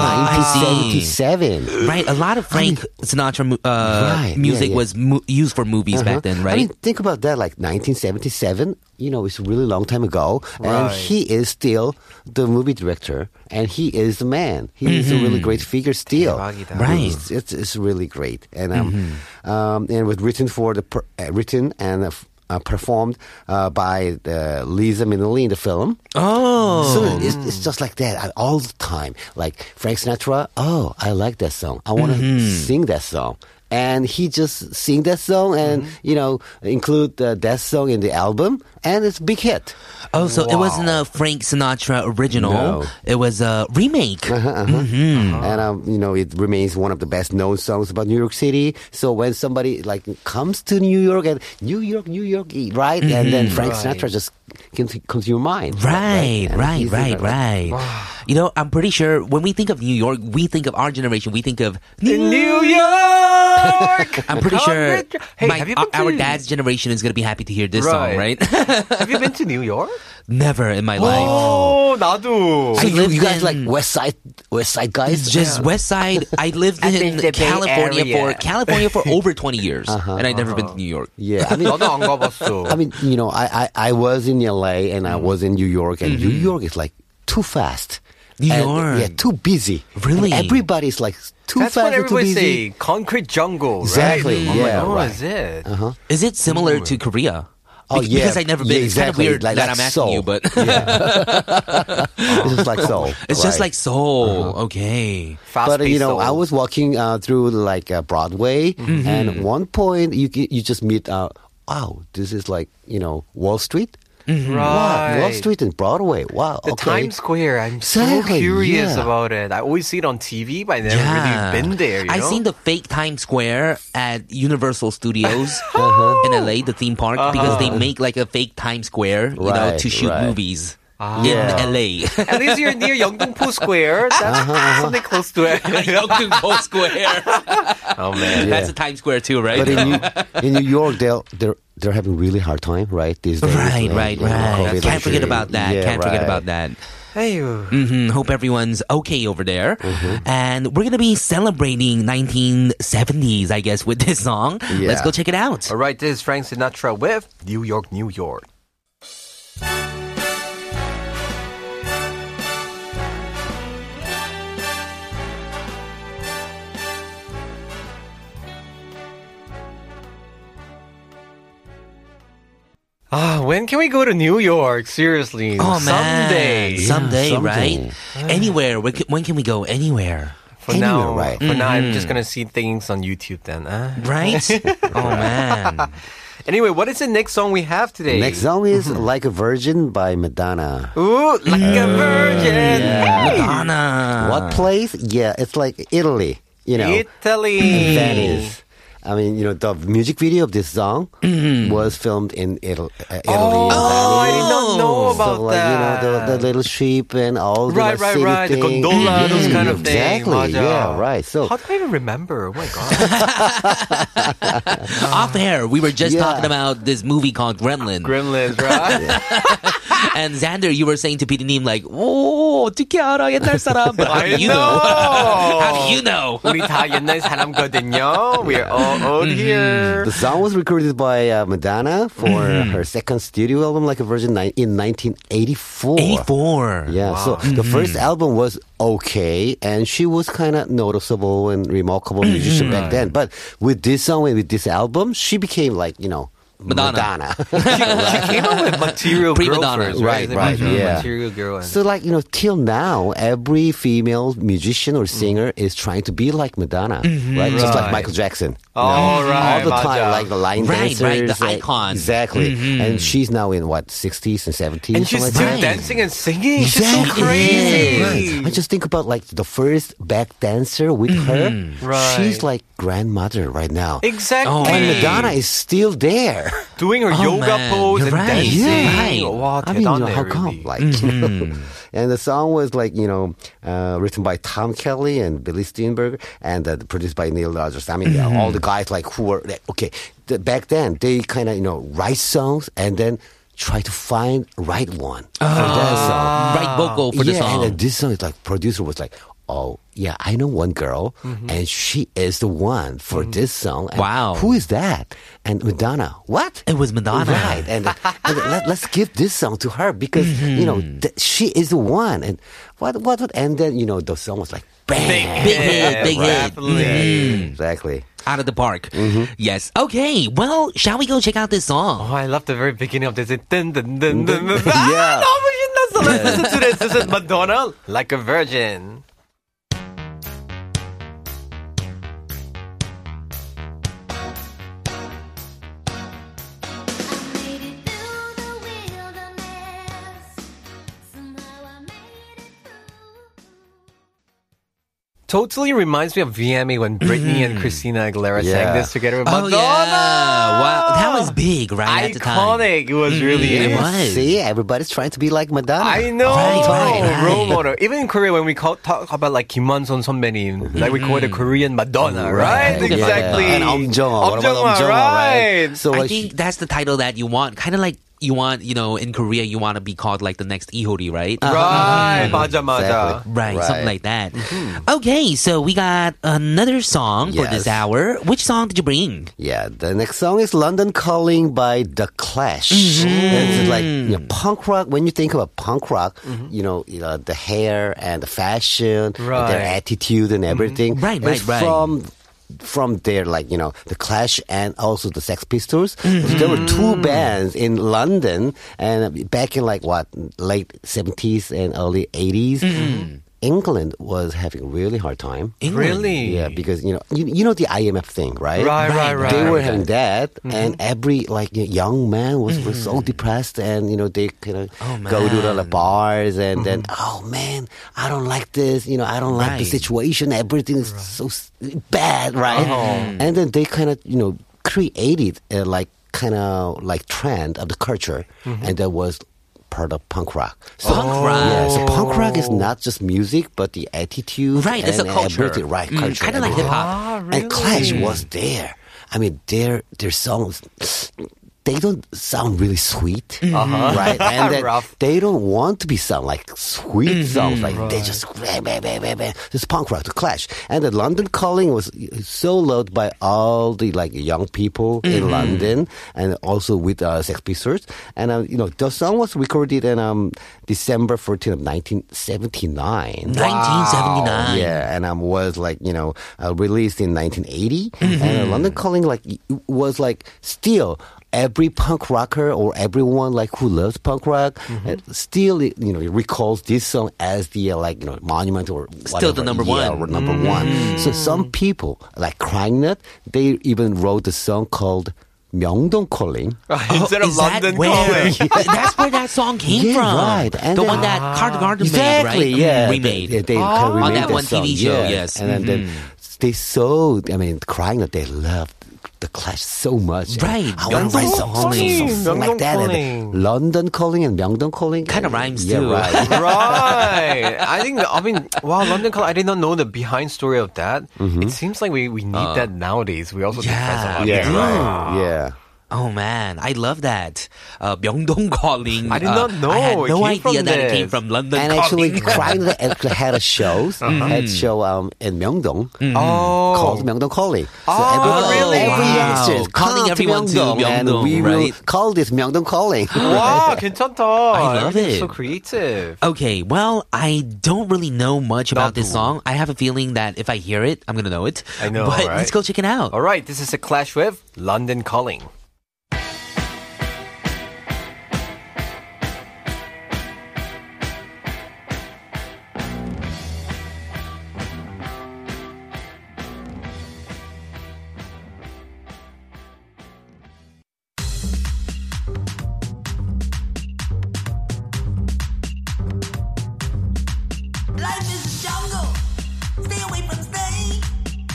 Speaker 2: I see.
Speaker 5: in 1977.
Speaker 2: Right, a lot of Frank Sinatra mu- uh,
Speaker 5: Right, yeah,
Speaker 2: music
Speaker 5: yeah.
Speaker 2: was mu- used for movies back then,
Speaker 5: I
Speaker 2: right?
Speaker 5: mean, think about that. Like 1977, you know, it's a really long time ago, and he is still the movie director, and he is the man. He is a really great figure still.
Speaker 1: 대박이다.
Speaker 2: Right. Mm-hmm.
Speaker 5: It's, it's, it's really great, and um, um, and was written for the per, uh, written and. Uh, f- uh, performed uh, by uh, Lisa Minnelli in the film.
Speaker 2: Oh.
Speaker 5: So it's, it's just like that uh, all the time. Like Frank Sinatra, oh, I like that song. I want to
Speaker 2: Mm-hmm.
Speaker 5: sing that song. And he just sing that song and,
Speaker 2: Mm-hmm.
Speaker 5: you know, include uh, that song in the album. And it's a big hit.
Speaker 2: Oh, so it wasn't a Frank Sinatra original.
Speaker 5: No.
Speaker 2: It was a remake. Mm-hmm.
Speaker 5: And, um, you know, it remains one of the best known songs about New York City. So when somebody, like, comes to New York and New York, New York, right? And then Frank Sinatra just comes, comes to your mind.
Speaker 2: Mm-hmm. Right,
Speaker 5: And
Speaker 2: right,
Speaker 5: he's in
Speaker 2: right,
Speaker 5: that, like,
Speaker 2: right. You know, I'm pretty sure when we think of New York, we think of our generation. We think of
Speaker 1: In New York!
Speaker 2: I'm pretty sure
Speaker 1: Congratu- Hey,
Speaker 2: my-
Speaker 1: have you
Speaker 2: our,
Speaker 1: been to-
Speaker 2: our dad's generation is going to be happy to hear this song,
Speaker 1: Right.
Speaker 2: right?
Speaker 1: Have you been to New York?
Speaker 2: Never in my life.
Speaker 1: Oh, 나도.
Speaker 2: I
Speaker 5: So you,
Speaker 2: lived
Speaker 5: you guys like
Speaker 2: in-
Speaker 5: West Side, West Side guys?
Speaker 2: Just West Side. I lived in
Speaker 1: the Bay
Speaker 2: California for
Speaker 1: Area. uh-huh.
Speaker 2: California for over 20 years,
Speaker 5: Uh-huh,
Speaker 2: and I'd never been to New York.
Speaker 5: yeah. I mean,
Speaker 1: 나도 안 가봤어.
Speaker 5: I mean, you know, I, I, I was in LA and I
Speaker 2: Mm-hmm.
Speaker 5: was in New York, and New York is like too fast.
Speaker 2: New
Speaker 5: And,
Speaker 2: York.
Speaker 5: Yeah, too busy.
Speaker 2: Really?
Speaker 5: And everybody's like too
Speaker 1: That's
Speaker 5: fast
Speaker 1: what
Speaker 5: and too
Speaker 1: everybody
Speaker 5: busy.
Speaker 1: say. Concrete jungle,
Speaker 5: Exactly,
Speaker 1: right?
Speaker 5: yeah,
Speaker 1: I'm like, oh,
Speaker 5: right. Uh-huh.
Speaker 1: is it?
Speaker 2: Is it similar to
Speaker 1: Mm.
Speaker 2: Korea?
Speaker 5: Oh,
Speaker 2: Be-
Speaker 5: yeah.
Speaker 2: Because I've never been.
Speaker 5: Yeah,
Speaker 2: It's kind
Speaker 5: exactly.
Speaker 2: of weird
Speaker 5: Like-
Speaker 2: that
Speaker 5: like
Speaker 2: I'm asking
Speaker 5: Seoul.
Speaker 2: you, but
Speaker 5: It's just like so.
Speaker 2: it's just
Speaker 5: right. Uh-huh.
Speaker 2: like Seoul. Okay.
Speaker 1: Fast
Speaker 5: But you know, I was walking uh, through like uh, Broadway,
Speaker 2: Mm-hmm.
Speaker 5: and at one point you ca- you just meet. Uh, wow, this is like you know Wall Street. Wow,
Speaker 2: Mm-hmm.
Speaker 1: right.
Speaker 5: Wall Street and Broadway. Wow,
Speaker 1: The
Speaker 5: okay.
Speaker 1: Times Square. I'm so
Speaker 5: Exactly,
Speaker 1: curious
Speaker 5: yeah.
Speaker 1: about it. I always see it on TV, but I never really been there. You
Speaker 2: I
Speaker 1: know?
Speaker 2: seen the fake Times Square at Universal Studios
Speaker 5: Uh-huh.
Speaker 2: in LA, the theme park, because they make like a fake Times Square, you know,
Speaker 5: Right,
Speaker 2: to shoot
Speaker 5: right. Ah.
Speaker 2: movies in
Speaker 5: Yeah.
Speaker 2: LA.
Speaker 1: At least you're near Yeongdongpo Square. That's something close to it.
Speaker 2: Yeongdongpo Square.
Speaker 1: oh man.
Speaker 2: That's
Speaker 5: Yeah.
Speaker 2: a Times Square too, right?
Speaker 5: But in New, in New York, they're they're they're having really hard time, right? These days,
Speaker 2: Right,
Speaker 5: and,
Speaker 2: right,
Speaker 5: you know,
Speaker 2: right.
Speaker 5: COVID
Speaker 2: Can't forget
Speaker 5: luxury.
Speaker 2: about that.
Speaker 5: Yeah,
Speaker 2: Can't forget
Speaker 5: right.
Speaker 2: about that.
Speaker 1: Hey.
Speaker 2: hmm Hope everyone's okay over there.
Speaker 5: Mm-hmm.
Speaker 2: And we're going to be celebrating 1970s, I guess, with this song. Let's
Speaker 5: Yeah.
Speaker 2: go check it out.
Speaker 1: All right, this is Frank Sinatra with New York, New York. Ah, when can we go to New York? Seriously,
Speaker 2: Oh, man.
Speaker 1: someday.
Speaker 2: Someday,
Speaker 5: Yeah,
Speaker 2: right? Anywhere. When can, when can we go? Anywhere.
Speaker 1: for now,
Speaker 5: Anywhere, right. Mm-hmm.
Speaker 1: for now, I'm just gonna see things on YouTube then. ah.
Speaker 2: Right? oh, man.
Speaker 1: Anyway, what is the next song we have today?
Speaker 5: Next song is
Speaker 2: Mm-hmm.
Speaker 5: "Like a Virgin" by Madonna.
Speaker 1: Ooh, like a
Speaker 5: Mm.
Speaker 1: virgin.
Speaker 2: Madonna.
Speaker 5: What place? Yeah, it's like Italy. You know,
Speaker 1: Italy.
Speaker 5: Venice. I mean, you know, the music video of this song was filmed in Italy. Uh, Italy in
Speaker 1: Mm-hmm. Oh, I
Speaker 5: Venice.
Speaker 1: did not know about
Speaker 5: so, like,
Speaker 1: that.
Speaker 5: you know, the, the little sheep and all the
Speaker 1: right,
Speaker 5: like,
Speaker 1: right,
Speaker 5: city
Speaker 1: right. The
Speaker 5: thing.
Speaker 1: gondola, those kind of things.
Speaker 5: Exactly. Yeah, right. So
Speaker 1: How do I even remember? Oh my god.
Speaker 2: Off air, we were just
Speaker 5: Yeah.
Speaker 2: talking about this movie called Gremlin.
Speaker 1: Gremlins, right?
Speaker 2: and Xander, you were saying to Peter Neem, like, oh, 어떻게 알아, 옛날 사람. But how do you How do you know?
Speaker 1: 우리 다 옛날 사람거든요. We're all old here.
Speaker 5: Mm-hmm. The song was recorded by uh, Madonna for
Speaker 1: Mm-hmm.
Speaker 5: her second studio album, Like a Virgin, ni- in 1984.
Speaker 2: 84.
Speaker 5: Yeah, so the first album was okay, and she was kind of noticeable and remarkable musician back then. But with this song and with this album, she became like, you know,
Speaker 2: Madonna.
Speaker 5: Madonna.
Speaker 1: She came up with material
Speaker 2: Prima
Speaker 1: girl
Speaker 2: donna.
Speaker 1: first, right?
Speaker 5: Right,
Speaker 1: The
Speaker 5: right,
Speaker 1: material-
Speaker 5: yeah.
Speaker 1: Material girl. And
Speaker 5: so, like, you know, till now, every female musician or singer is trying to be like Madonna, right? Just like
Speaker 1: Right.
Speaker 5: Michael Jackson. you
Speaker 1: Oh,
Speaker 5: know?
Speaker 1: right,
Speaker 5: All the time,
Speaker 1: 맞아.
Speaker 5: like the line
Speaker 2: Right,
Speaker 5: dancers.
Speaker 2: right, the
Speaker 5: like-
Speaker 2: icon.
Speaker 5: Exactly. And she's now in, what, 60s and 70s?
Speaker 1: and she's
Speaker 5: something
Speaker 1: still
Speaker 5: like that.
Speaker 1: dancing and singing. She's so
Speaker 5: Exactly.
Speaker 1: crazy.
Speaker 5: Right. I just think about like the first back dancer with her.
Speaker 1: Mm-hmm. Right.
Speaker 5: She's like grandmother right now.
Speaker 1: Exactly.
Speaker 2: Oh,
Speaker 5: And Madonna is still there.
Speaker 1: doing her
Speaker 2: Oh,
Speaker 1: yoga
Speaker 2: man,
Speaker 1: pose
Speaker 2: you're
Speaker 1: and
Speaker 2: right.
Speaker 1: dancing.
Speaker 2: Yeah.
Speaker 1: Wow,
Speaker 5: I mean, you know,
Speaker 1: 대단해,
Speaker 5: how come?
Speaker 1: really. Mm-hmm.
Speaker 5: Like, and the song was like you know uh, written by Tom Kelly and Billy Steinberg and uh, produced by Neil Rogers. I mean, all
Speaker 1: Mm-hmm.
Speaker 5: the guys like who were like, okay the, back then. They kind of you know write songs and then try to find right one for that song.
Speaker 1: Ah.
Speaker 2: Right vocal Oh, for the
Speaker 5: yeah,
Speaker 2: song.
Speaker 5: and then this song is like producer was like, oh yeah, I know one girl, and she is the one for this song.
Speaker 2: Mm-hmm.
Speaker 5: And
Speaker 2: Wow.
Speaker 5: who is that? And Madonna, what?
Speaker 2: It was Madonna.
Speaker 5: right? And, and let, us give this song to her because you know
Speaker 2: Mm-hmm.
Speaker 5: th- she is the one. And what what would and then you know the song was like bang,
Speaker 2: Big hit, big hit.
Speaker 5: Mm-hmm.
Speaker 2: Mm.
Speaker 5: exactly.
Speaker 2: Out of the park. Yes. Okay. Well, shall we go check out this song?
Speaker 1: Oh, I love the very beginning of this. It dun, dun, dun, dun, dun. Ah,
Speaker 5: Yeah.
Speaker 1: 너무 신났어. Let's listen to this. This is Madonna, like a virgin.
Speaker 3: Made it through the wilderness. Somehow I made it through.
Speaker 1: Totally reminds me of VMA when Britney and Christina Aguilera sang
Speaker 5: Yeah.
Speaker 1: this together with
Speaker 2: Mm-hmm. Oh
Speaker 1: Madonna.
Speaker 2: yeah. Wow. That was big, right? At the time.
Speaker 1: Iconic. It was really.
Speaker 2: Mm-hmm. It
Speaker 1: is.
Speaker 2: was.
Speaker 5: See, everybody's trying to be like Madonna.
Speaker 1: I know.
Speaker 2: Right, right, right.
Speaker 1: Role model. Even in Korea, when we call, talk about like Kim Won Son
Speaker 2: Mm-hmm.
Speaker 1: 선배님, like we call it a Korean Madonna, right?
Speaker 5: Yeah.
Speaker 1: Exactly.
Speaker 5: And Om Jong. What about Om Jong,
Speaker 1: right?
Speaker 5: right? So
Speaker 2: I
Speaker 5: like,
Speaker 2: think that's the title that you want. Kind of like you want, you know, in Korea, you want to be called like the next Ihori, right?
Speaker 1: Right. 맞아, 맞아.
Speaker 5: Exactly.
Speaker 2: Right, something like
Speaker 5: Uh-huh. Right. Mm-hmm.
Speaker 2: that. Okay, so we got another song for this
Speaker 5: Yes.
Speaker 2: hour. Which song did you bring?
Speaker 5: Yeah, the next song is London Calling by The Clash.
Speaker 2: Mm-hmm.
Speaker 5: And It's like you know, punk rock. When you think about punk rock,
Speaker 2: Mm-hmm.
Speaker 5: you, know, you know, the hair and the fashion, and their
Speaker 1: Right.
Speaker 5: attitude and everything.
Speaker 2: Mm-hmm. Right,
Speaker 5: It's
Speaker 2: right, right.
Speaker 5: From from there, like you know, the Clash and also the Sex Pistols.
Speaker 2: Mm-hmm.
Speaker 5: So there were two bands in London, and back in like what late seventies and early 80s
Speaker 2: Mm-hmm.
Speaker 5: England was having a really hard time.
Speaker 1: Really?
Speaker 5: Yeah, because you know, you, you know the IMF thing, right?
Speaker 1: Right, right, right.
Speaker 5: They were
Speaker 2: Mm-hmm.
Speaker 5: having that, and every like y- young man was, was so
Speaker 2: Mm-hmm.
Speaker 5: depressed, and you know they kind of
Speaker 2: Oh,
Speaker 5: go to the, like, bars, and then oh man, I don't like this, you know, I don't like
Speaker 2: Mm-hmm.
Speaker 5: the
Speaker 2: Right.
Speaker 5: situation. Everything is so s- bad, right?
Speaker 2: Uh-huh. Mm-hmm.
Speaker 5: And then they kind of you know created a, like kind of like trend of the culture, and that was. Part of punk rock. So,
Speaker 2: Mm-hmm. Punk rock.
Speaker 5: Yeah, so punk rock is not just music, but the attitude.
Speaker 2: Right, it's
Speaker 5: and
Speaker 2: a culture.
Speaker 5: everything, Right,
Speaker 2: Mm,
Speaker 5: culture.
Speaker 2: kinda like
Speaker 5: everything.
Speaker 2: hip-hop.
Speaker 5: And Clash was there. I mean, their their songs. They don't sound really sweet, right? And then
Speaker 1: Rough.
Speaker 5: they don't want to be sound like sweet songs. Like they just bam, bam, bam, bam, bam. This punk rock, the Clash, and the London Calling was so loved by all the like young people in London, and also with uh, Sex Pistols. And uh, you know, the song was recorded in um, December 14th of nineteen seventy nine.
Speaker 2: 1979.
Speaker 5: Yeah, and I was like, you know, uh, released in 1980,
Speaker 2: Mm-hmm.
Speaker 5: and uh, London Calling like y- was like still every punk rocker or everyone like who loves punk rock uh,
Speaker 2: Mm-hmm.
Speaker 5: still you know recalls this song as the uh, like you know monument or
Speaker 2: Still the number
Speaker 5: whatever, yeah,
Speaker 2: one. Mm-hmm.
Speaker 5: or number one. So some people like Crying Nut, they even wrote a song called Myeongdong Calling.
Speaker 1: Instead of
Speaker 2: Oh, Is that
Speaker 1: London
Speaker 2: where-
Speaker 1: calling.
Speaker 2: that's where that song came
Speaker 5: Yeah,
Speaker 2: from.
Speaker 5: right. And
Speaker 2: the
Speaker 5: then-
Speaker 2: one that Card Garden
Speaker 5: exactly,
Speaker 2: made, right?
Speaker 5: Yeah,
Speaker 2: Mm, remade.
Speaker 5: They, they kind of remade
Speaker 2: On that one
Speaker 5: song,
Speaker 2: TV show,
Speaker 5: yeah.
Speaker 2: yes. Mm-hmm.
Speaker 5: And then they- they so I mean, crying that they loved the Clash so much. And
Speaker 2: Right.
Speaker 5: I want to write
Speaker 2: Myeongdong
Speaker 5: some songs,
Speaker 1: Calling,
Speaker 5: songs, songs like
Speaker 1: Myeongdong
Speaker 5: that. And
Speaker 1: Calling.
Speaker 5: then London calling and Myeongdong calling
Speaker 2: Kinda
Speaker 5: And-
Speaker 2: rhymes
Speaker 5: yeah,
Speaker 2: too.
Speaker 5: Right.
Speaker 1: right. I think, I mean, wow, London Calling, I did not know the behind story of that. It seems like we, we need that nowadays. We also
Speaker 2: Mm-hmm. Uh. Yeah.
Speaker 1: depress a lot.
Speaker 5: yeah,
Speaker 1: people.
Speaker 5: right. yeah.
Speaker 2: Oh man, I love that. Uh, Myeongdong Calling.
Speaker 1: I did
Speaker 2: uh,
Speaker 1: not know
Speaker 2: I had
Speaker 1: it
Speaker 2: no
Speaker 1: came
Speaker 2: idea
Speaker 1: from
Speaker 2: that it
Speaker 1: this.
Speaker 2: came from London
Speaker 5: And
Speaker 2: Calling. Mm-hmm.
Speaker 5: actually, crying that actually had a show, had show um, in Myeongdong
Speaker 1: Oh.
Speaker 5: called Myeongdong Calling. So
Speaker 1: Oh,
Speaker 5: everyone,
Speaker 1: really?
Speaker 5: every
Speaker 2: Wow.
Speaker 5: youngsters
Speaker 2: Calling
Speaker 5: come
Speaker 2: everyone to
Speaker 5: to Myeongdong,
Speaker 2: Myeongdong,
Speaker 5: and we
Speaker 2: right?
Speaker 5: will call this Myeongdong Calling.
Speaker 1: Wow, 괜찮다.
Speaker 2: I love
Speaker 1: Everything's
Speaker 2: it.
Speaker 1: So creative.
Speaker 2: Okay, well, I don't really know much about this song. I have a feeling that if I hear it, I'm gonna know it.
Speaker 1: I know,
Speaker 2: But
Speaker 1: right?
Speaker 2: let's go check it out.
Speaker 1: All right, this is a clash with London Calling.
Speaker 6: Life is a jungle. Stay away from snakes.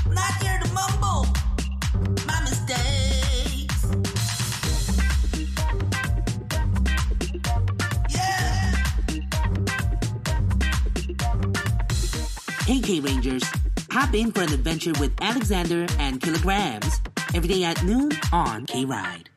Speaker 6: Not here to mumble my mistakes. Yeah. Hey, K Rangers. Hop in for an adventure with Alexander and Kilograms. Every day at noon on K Ride.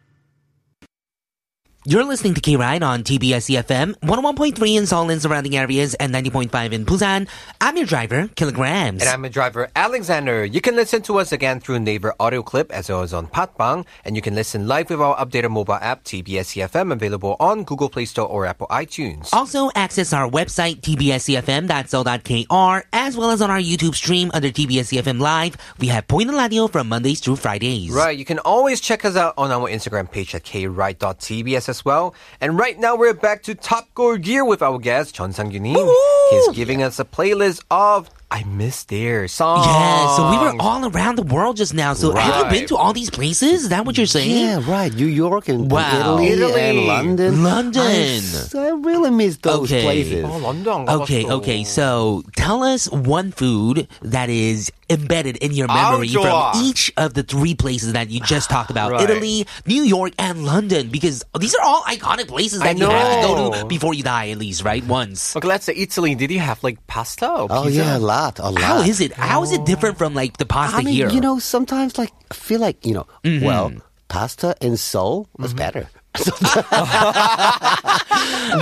Speaker 2: You're listening to K-Ride on TBS EFM, 101.3 in Seoul and surrounding areas, and 90.5 in Busan. I'm your driver, Kilograms.
Speaker 1: And I'm a driver, Alexander. You can listen to us again through Naver Audio Clip as well as on Patbang. And you can listen live with our updated mobile app, TBS EFM, E available on Google Play Store or Apple iTunes.
Speaker 2: Also, access our website, tbscfm.so.kr, as well as on our YouTube stream under TBSCFM Live. We have Point Ladio from Mondays through Fridays.
Speaker 1: Right, you can always check us out on our Instagram page at kride.tbs as well. And right now we're back to Top Goal Gear with our guest, Chun Sang He's giving us a playlist of I Miss Their song.
Speaker 2: Yeah, so we were all around the world just now. So have you
Speaker 1: Right.
Speaker 2: been to all these places? Is that what you're saying?
Speaker 5: Yeah, right. New York and and
Speaker 2: Wow.
Speaker 5: Italy,
Speaker 1: Italy.
Speaker 5: and London.
Speaker 2: London.
Speaker 5: I, s- I really miss those
Speaker 2: Okay.
Speaker 5: places.
Speaker 1: Oh, London.
Speaker 2: Okay,
Speaker 1: 가봤어.
Speaker 2: okay. So tell us one food that is embedded in your
Speaker 1: 아우,
Speaker 2: memory
Speaker 1: 좋아.
Speaker 2: from each of the three places that you just talked about
Speaker 1: Right.
Speaker 2: Italy, New York, and London, because these are all iconic places
Speaker 1: I
Speaker 2: that you have to go
Speaker 1: know.
Speaker 2: to before you die, at least, right? Once.
Speaker 1: Okay, let's say Italy. Did you have like pasta or
Speaker 5: Oh
Speaker 1: pizza?
Speaker 5: yeah, a lot, a lot.
Speaker 2: How is it? How is it different from like the pasta
Speaker 5: I mean,
Speaker 2: here? Mm-hmm.
Speaker 5: you know, sometimes like I feel like you know, well, pasta and Seoul is better.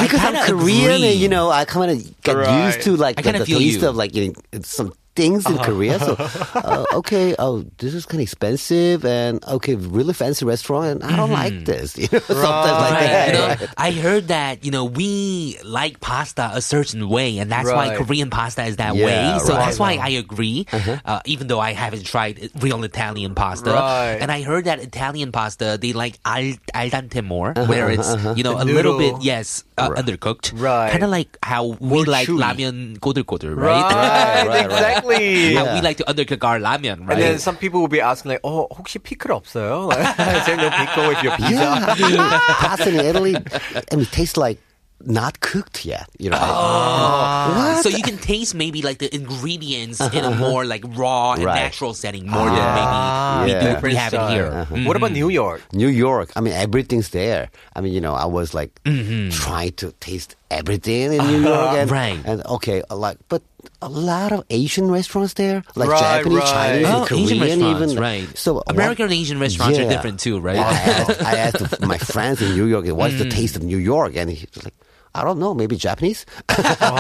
Speaker 5: because I'm
Speaker 2: kinda
Speaker 5: Korean,
Speaker 2: agree.
Speaker 5: and you know, I kind of got
Speaker 1: Right.
Speaker 5: used to like
Speaker 2: I
Speaker 5: the,
Speaker 2: kinda
Speaker 5: the
Speaker 2: feel
Speaker 5: taste
Speaker 2: you. Uh-huh.
Speaker 5: of like you know, some things in Korea. So, uh, okay, oh, this is kind of expensive, and okay, really fancy restaurant, and I don't like this. You know, sometimes like
Speaker 2: Mm-hmm. Right,
Speaker 5: that.
Speaker 2: you know,
Speaker 5: right?
Speaker 2: I heard that you know we like pasta a certain way, and that's
Speaker 1: Right.
Speaker 2: why Korean pasta is that
Speaker 5: Yeah,
Speaker 2: way. So
Speaker 5: right. Uh-huh.
Speaker 2: that's why I agree. Uh, even though I haven't tried real Italian pasta,
Speaker 1: Right.
Speaker 2: and I heard that Italian pasta they like al, al dente more,
Speaker 5: Uh-huh,
Speaker 2: where it's you know a little bit
Speaker 1: Noodle.
Speaker 2: yes uh, undercooked,
Speaker 1: Right.
Speaker 2: Kind of like how we like
Speaker 1: chewy.
Speaker 2: ramen kodur
Speaker 1: Right,
Speaker 5: right, right.
Speaker 1: exactly.
Speaker 2: How we like to undercook our ramen, right?
Speaker 1: And then some people will be asking like, "Oh, 혹시 피클 없어요?" Say no pickle with your pizza.
Speaker 5: Yeah, I mean, pasta in Italy, I mean, tastes like not cooked yet. You know, What?
Speaker 2: Oh.
Speaker 5: Uh-huh.
Speaker 2: So you can taste maybe like the ingredients in a more like raw and
Speaker 5: Right. Ah.
Speaker 2: natural setting more than maybe
Speaker 5: Yeah.
Speaker 2: we, do, we have it here. Mm-hmm.
Speaker 1: What about New York?
Speaker 5: New York. I mean, everything's there. I mean, you know, I was like trying to taste everything in New York, and,
Speaker 2: Mm-hmm. Uh-huh. Right.
Speaker 5: and okay, like, but a lot of Asian restaurants there, like
Speaker 1: Right,
Speaker 5: Japanese,
Speaker 1: right.
Speaker 5: Chinese,
Speaker 2: Oh,
Speaker 5: and Korean,
Speaker 2: Asian restaurants,
Speaker 5: even
Speaker 2: right?
Speaker 5: So
Speaker 2: American
Speaker 5: what-
Speaker 2: and Asian restaurants are
Speaker 5: Yeah.
Speaker 2: different too, right? Mm.
Speaker 5: I asked, I asked my friends in New York, "What's the taste of New York?" And he was like, "I don't know, maybe Japanese."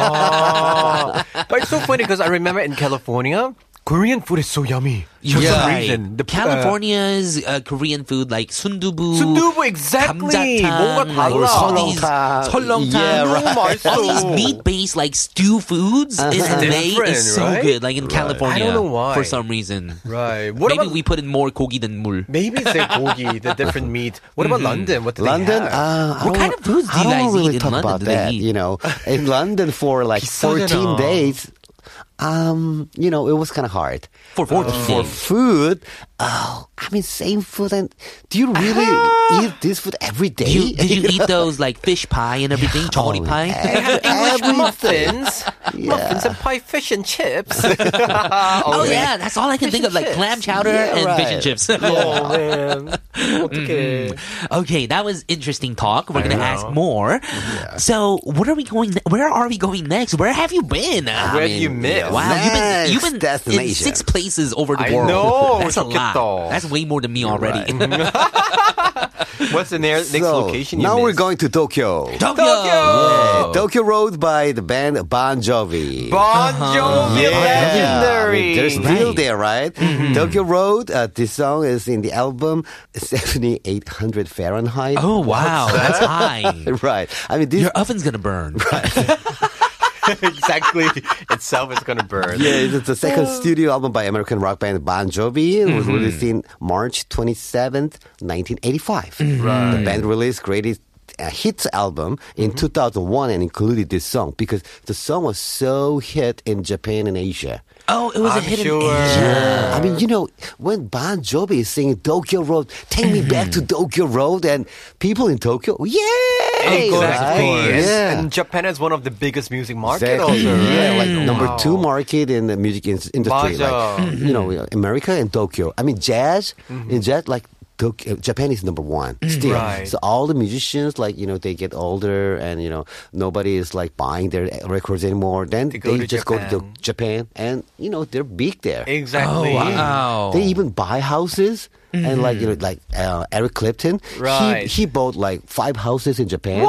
Speaker 1: Oh. but it's so funny because I remember in California, Korean food is so yummy. For some
Speaker 2: Right.
Speaker 1: reason, the uh,
Speaker 2: California's uh, Korean food like sundubu,
Speaker 1: Sundubu, exactly. 뭔가
Speaker 2: 감자탕, like,
Speaker 1: 달라.
Speaker 2: all these-
Speaker 5: 설렁탕.
Speaker 2: 설렁탕.
Speaker 5: Yeah,
Speaker 1: right.
Speaker 2: all these meat-based like stew foods
Speaker 5: Uh-huh.
Speaker 2: in LA
Speaker 1: Oh. Different,
Speaker 2: is so
Speaker 1: right?
Speaker 2: good. Like in
Speaker 1: I
Speaker 2: California,
Speaker 1: don't know why.
Speaker 2: for some reason.
Speaker 1: right. What about
Speaker 2: Maybe we put in more 고기 than 물.
Speaker 1: maybe it's the gogi, the different meat. What
Speaker 2: Mm-hmm.
Speaker 1: about London? What do
Speaker 5: London,
Speaker 1: They have?
Speaker 5: uh, I
Speaker 2: What
Speaker 5: don't-
Speaker 2: kind of foods do
Speaker 5: I
Speaker 2: you
Speaker 5: don't
Speaker 2: guys
Speaker 5: really
Speaker 2: eat in
Speaker 5: talk
Speaker 2: London?
Speaker 5: about
Speaker 2: Do they
Speaker 5: that.
Speaker 2: eat?
Speaker 5: You know, in London for like
Speaker 1: 비싸잖아.
Speaker 5: 14 days, um, you know, it was kind of hard.
Speaker 2: For 14
Speaker 5: For
Speaker 2: days.
Speaker 5: food, oh, I mean, same food. And do you really eat this food every day?
Speaker 2: You, did you eat those like fish pie and everything? Chori
Speaker 5: Oh,
Speaker 2: pie?
Speaker 5: ev- everything.
Speaker 1: muffins,
Speaker 5: Yeah.
Speaker 1: muffins and pie, fish and chips. oh,
Speaker 2: Oh, yeah, that's all I can
Speaker 1: Fish
Speaker 2: think of.
Speaker 1: and
Speaker 2: Like
Speaker 1: chips.
Speaker 2: clam chowder
Speaker 5: Yeah,
Speaker 2: and fish and
Speaker 5: right.
Speaker 2: chips.
Speaker 1: Oh man,
Speaker 2: Mm-hmm.
Speaker 1: okay.
Speaker 2: okay, that was interesting talk. We're gonna ask more. So, what are we going? Where are we going next? Where have you been?
Speaker 1: Where have you missed?
Speaker 2: Wow, you've been you've
Speaker 5: Next
Speaker 2: been in
Speaker 5: destination.
Speaker 2: six places over the
Speaker 1: I
Speaker 2: world.
Speaker 1: know,
Speaker 2: that's a lot.
Speaker 1: 좋겠다.
Speaker 2: That's way more than me already.
Speaker 1: Mm-hmm. What's the near- next
Speaker 5: So,
Speaker 1: location? You
Speaker 5: now we're
Speaker 1: missed?
Speaker 5: going to Tokyo.
Speaker 2: Tokyo.
Speaker 5: Yeah, Tokyo Road by the band Bon Jovi.
Speaker 1: Bon
Speaker 2: Uh-huh.
Speaker 1: Jovi,
Speaker 5: Yeah.
Speaker 1: legendary.
Speaker 5: I mean, they're still
Speaker 2: Right. Mm-hmm.
Speaker 5: there, right? Tokyo Road. Uh, this song is in the album 7800 Fahrenheit.
Speaker 2: Oh wow, that's high.
Speaker 5: Right. I mean, this.
Speaker 2: Your oven's gonna burn.
Speaker 1: exactly itself is gonna burn.
Speaker 5: yeah, it's the second studio album by American rock band Bon Jovi. It
Speaker 2: Mm-hmm.
Speaker 5: was released in March 27th, 1985.
Speaker 2: Mm-hmm.
Speaker 5: The band released greatest uh, hits album in
Speaker 2: Mm-hmm.
Speaker 5: 2001 and included this song because the song was so hit in Japan and Asia.
Speaker 2: Oh, it was
Speaker 1: I'm
Speaker 2: a hidden
Speaker 1: sure.
Speaker 2: Asia.
Speaker 5: I mean, you know, when Bon Jovi is singing Tokyo Road, take me
Speaker 1: Mm.
Speaker 5: back to Tokyo Road, and people in Tokyo, yay!
Speaker 1: Of course,
Speaker 5: right?
Speaker 1: of course.
Speaker 5: Yeah.
Speaker 1: And Japan is one of the biggest music market also,
Speaker 5: Exactly.
Speaker 1: right?
Speaker 5: Yeah, like number two market in the music in- industry,
Speaker 1: 맞아. Mm-hmm.
Speaker 5: like you know, America and Tokyo. I mean, jazz in jazz, like Tok- uh, Japan is number one
Speaker 1: Mm-hmm.
Speaker 5: still.
Speaker 1: Right.
Speaker 5: So all the musicians, like you know, they get older, and you know, nobody is like buying their records anymore. Then
Speaker 1: They
Speaker 5: they,
Speaker 1: go to
Speaker 5: just go to
Speaker 1: Japan.
Speaker 5: the Japan, and you know, they're big there.
Speaker 1: Exactly.
Speaker 5: Oh,
Speaker 2: wow.
Speaker 5: They even buy houses. And like you know, like uh, Eric Clapton,
Speaker 1: Mm. Right.
Speaker 5: he, he bought like five houses in Japan.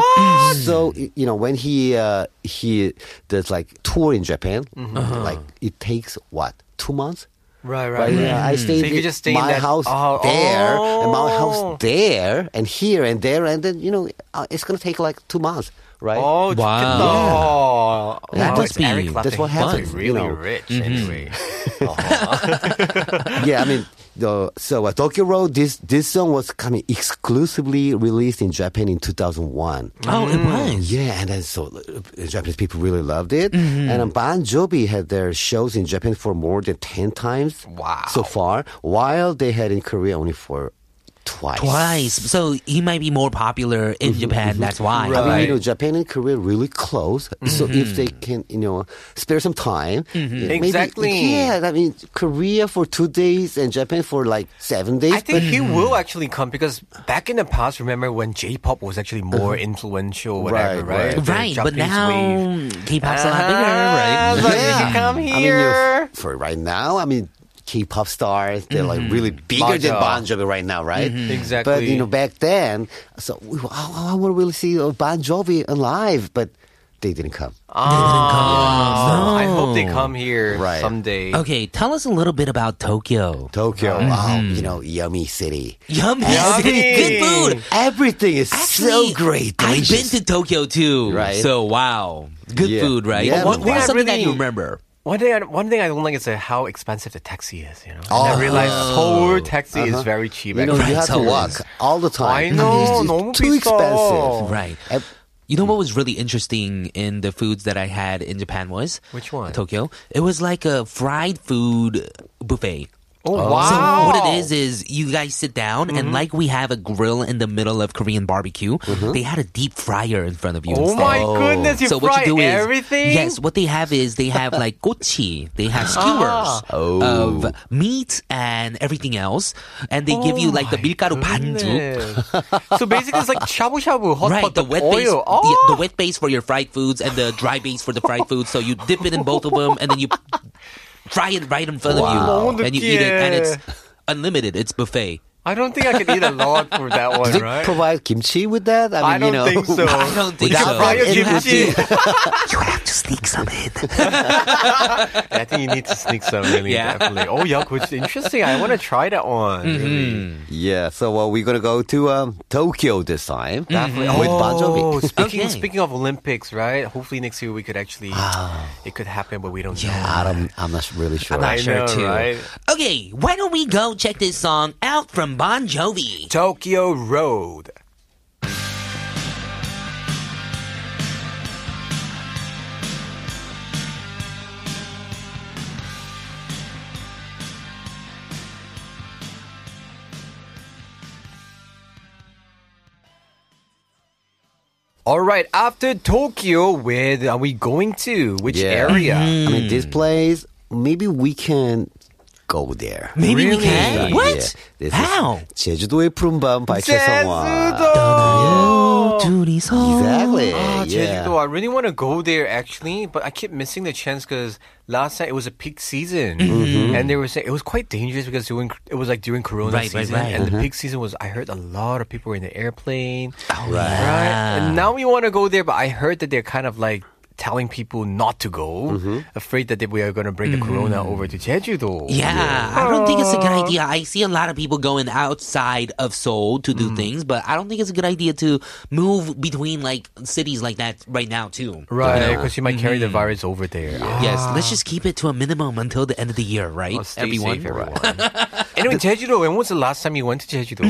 Speaker 5: So y- you know when he uh, he does like tour in Japan, like it takes what two months
Speaker 1: Right, Mm-hmm. Uh-huh. right,
Speaker 5: Right,
Speaker 1: right.
Speaker 5: yeah, I stayed
Speaker 1: so you could
Speaker 5: in
Speaker 1: just stay in
Speaker 5: my
Speaker 1: that-
Speaker 5: house
Speaker 1: oh,
Speaker 5: there, and
Speaker 1: oh.
Speaker 5: my house there, and here and there, and then you know uh, it's gonna take like two months, right?
Speaker 1: Oh,
Speaker 2: Wow.
Speaker 1: 좋겠다. Oh,
Speaker 5: That
Speaker 1: it's
Speaker 2: must be-
Speaker 1: Eric Clapton.
Speaker 5: that's what
Speaker 1: He's
Speaker 5: happens, you
Speaker 1: Really
Speaker 5: know.
Speaker 1: rich, anyway.
Speaker 5: yeah, I mean, the, so uh, Tokyo Road. This this song was coming exclusively released in Japan in 2001.
Speaker 2: Oh, it
Speaker 1: Mm.
Speaker 2: was.
Speaker 5: Yeah, and then so uh, Japanese people really loved it.
Speaker 1: Mm-hmm.
Speaker 5: And um, Bon Jovi had their shows in Japan for more than 10 times
Speaker 1: Wow.
Speaker 5: so far, while they had in Korea only for twice.
Speaker 2: Twice. So he might be more popular in Japan. That's why.
Speaker 5: I mean,
Speaker 1: Right. Mm-hmm.
Speaker 5: you know, Japan and Korea really close. So if they can, you know, spare some time, yeah, maybe-
Speaker 1: Exactly.
Speaker 5: Yeah, I mean, Korea for two days and Japan for like seven
Speaker 1: I
Speaker 5: days.
Speaker 1: think he will actually come because back in the past, remember when J-pop was actually more influential, whatever, right? The
Speaker 5: Uh-huh. Right, right.
Speaker 2: Right, but
Speaker 1: Japanese wave.
Speaker 2: now K-pop's a lot bigger,
Speaker 1: Ah,
Speaker 2: right?
Speaker 1: but you can come
Speaker 5: I mean, you know,
Speaker 1: here.
Speaker 5: for right now, I mean, K-pop stars,
Speaker 1: Mm-hmm.
Speaker 5: they're like really bigger than
Speaker 1: 맞아.
Speaker 5: Bon Jovi right now, right?
Speaker 1: Exactly.
Speaker 5: But you know, back then, so we, "Oh, I, I want to really see uh, Bon Jovi alive, but they didn't come.
Speaker 1: Ah, I hope they come here
Speaker 5: Right.
Speaker 1: someday.
Speaker 2: Okay, tell us a little bit about Tokyo.
Speaker 5: Tokyo,
Speaker 1: Mm-hmm.
Speaker 5: wow, you know, yummy city.
Speaker 2: Yummy,
Speaker 1: Yummy.
Speaker 2: good food.
Speaker 5: Everything is
Speaker 2: Actually,
Speaker 5: so great.
Speaker 2: I've been
Speaker 5: delicious.
Speaker 2: to Tokyo too.
Speaker 5: Right.
Speaker 2: So wow, good
Speaker 5: Yeah.
Speaker 2: food, right?
Speaker 5: Yeah,
Speaker 2: what,
Speaker 5: One thing
Speaker 2: what's
Speaker 1: I
Speaker 2: something
Speaker 1: really-
Speaker 2: that you remember?
Speaker 1: One thing, I, one thing I don't like is uh, how expensive the taxi is. You know, and
Speaker 5: Oh. Uh-huh.
Speaker 1: I realized Seoul taxi is very cheap.
Speaker 5: You know,
Speaker 1: actually.
Speaker 5: you have to
Speaker 2: Right,
Speaker 5: walk all the time.
Speaker 1: I know,
Speaker 5: It's
Speaker 1: 너무
Speaker 5: too
Speaker 1: 비싸. Oh.
Speaker 5: expensive.
Speaker 2: Right.
Speaker 5: Ev-
Speaker 2: You know what was really interesting in the foods that I had in Japan was
Speaker 1: Which one?
Speaker 2: Tokyo. It was like a fried food buffet.
Speaker 1: Oh,
Speaker 2: So
Speaker 1: wow! Mm-hmm.
Speaker 2: what it is is you guys sit down and like we have a grill in the middle of Korean barbecue, they had a deep fryer in front of you.
Speaker 1: Oh
Speaker 2: instead.
Speaker 1: my goodness! You
Speaker 2: so
Speaker 1: fry
Speaker 2: what you do is
Speaker 1: everything. Ah.
Speaker 2: yes, what they have is they have like gochi, they have skewers
Speaker 1: Oh.
Speaker 2: of meat and everything else, and they give you
Speaker 1: Oh
Speaker 2: like the milkaru panju.
Speaker 1: Goodness. so basically, it's like shabu shabu, hot
Speaker 2: Right,
Speaker 1: pot,
Speaker 2: the
Speaker 1: with
Speaker 2: wet
Speaker 1: oil.
Speaker 2: base,
Speaker 1: oh,
Speaker 2: the, the wet base for your fried foods and the dry base for the fried foods. So you dip it in both of them, and then you fry it right in front
Speaker 1: Wow.
Speaker 2: of you, and you eat it, and
Speaker 1: Yeah.
Speaker 2: it's unlimited. It's buffet.
Speaker 1: I don't think I could eat a lot for that one,
Speaker 5: Did
Speaker 1: right?
Speaker 5: they provide kimchi with that? I mean,
Speaker 1: I don't
Speaker 5: you know,
Speaker 1: think so.
Speaker 2: I don't think
Speaker 5: Without
Speaker 2: so.
Speaker 5: fried
Speaker 2: You
Speaker 5: kimchi.
Speaker 2: have to- you have to sneak some in.
Speaker 1: I think you need to sneak some, really,
Speaker 2: Yeah.
Speaker 1: definitely. Oh, yuck, which is interesting. I want to try that one.
Speaker 2: Mm-hmm.
Speaker 1: really.
Speaker 5: Yeah, so uh, we're gonna go to um, Tokyo this time
Speaker 2: Mm-hmm.
Speaker 5: with Bon
Speaker 1: Oh,
Speaker 5: Jovi.
Speaker 1: speaking,
Speaker 2: Okay.
Speaker 1: speaking of Olympics, right? Hopefully next year we could actually, it could happen, but we don't
Speaker 5: I don't, I'm not really sure.
Speaker 1: know. I know, right?
Speaker 2: Okay, why don't we go check this song out from Bon Jovi?
Speaker 1: Tokyo Road. All right, after Tokyo, where are we going to? Which
Speaker 5: Yeah. Mm-hmm.
Speaker 1: area?
Speaker 5: I
Speaker 2: Hmm.
Speaker 5: mean, this place, maybe we can go there.
Speaker 2: Maybe we
Speaker 1: Really?
Speaker 2: can.
Speaker 5: Yeah,
Speaker 2: What?
Speaker 5: This
Speaker 2: How?
Speaker 5: is 제주도의 푸른밤 by Choi Sung-hwa.
Speaker 1: 제주도.
Speaker 2: 둘이서.
Speaker 5: Exactly.
Speaker 1: Ah,
Speaker 5: yeah.
Speaker 1: Jeju-do. I really want to go there actually, but I keep missing the chance because last time it was a peak season,
Speaker 2: Mm-hmm.
Speaker 1: Mm-hmm. and they were saying it was quite dangerous because during it was like during Corona
Speaker 2: Right, right,
Speaker 1: season,
Speaker 2: right.
Speaker 1: and
Speaker 2: Mm-hmm.
Speaker 1: the peak season was I heard a lot of people were in the airplane,
Speaker 2: Oh,
Speaker 5: Right.
Speaker 1: right? And now we want to go there, but I heard that they're kind of like telling people not to go,
Speaker 2: Mm-hmm.
Speaker 1: afraid that they, we are going to bring the Corona over to Jeju-do.
Speaker 2: Yeah, I don't think it's a good idea. I see a lot of people going outside of Seoul to do things, but I don't think it's a good idea to move between like cities like that right now too.
Speaker 1: Right, because you might carry the
Speaker 2: mm-hmm.
Speaker 1: virus over there. Ah.
Speaker 2: Yes, let's just keep it to a minimum until the end of the year, right?
Speaker 1: Oh, stay safe,
Speaker 2: Um,
Speaker 1: everyone. anyway, Jeju-do. When was the last time you went to Jeju-do?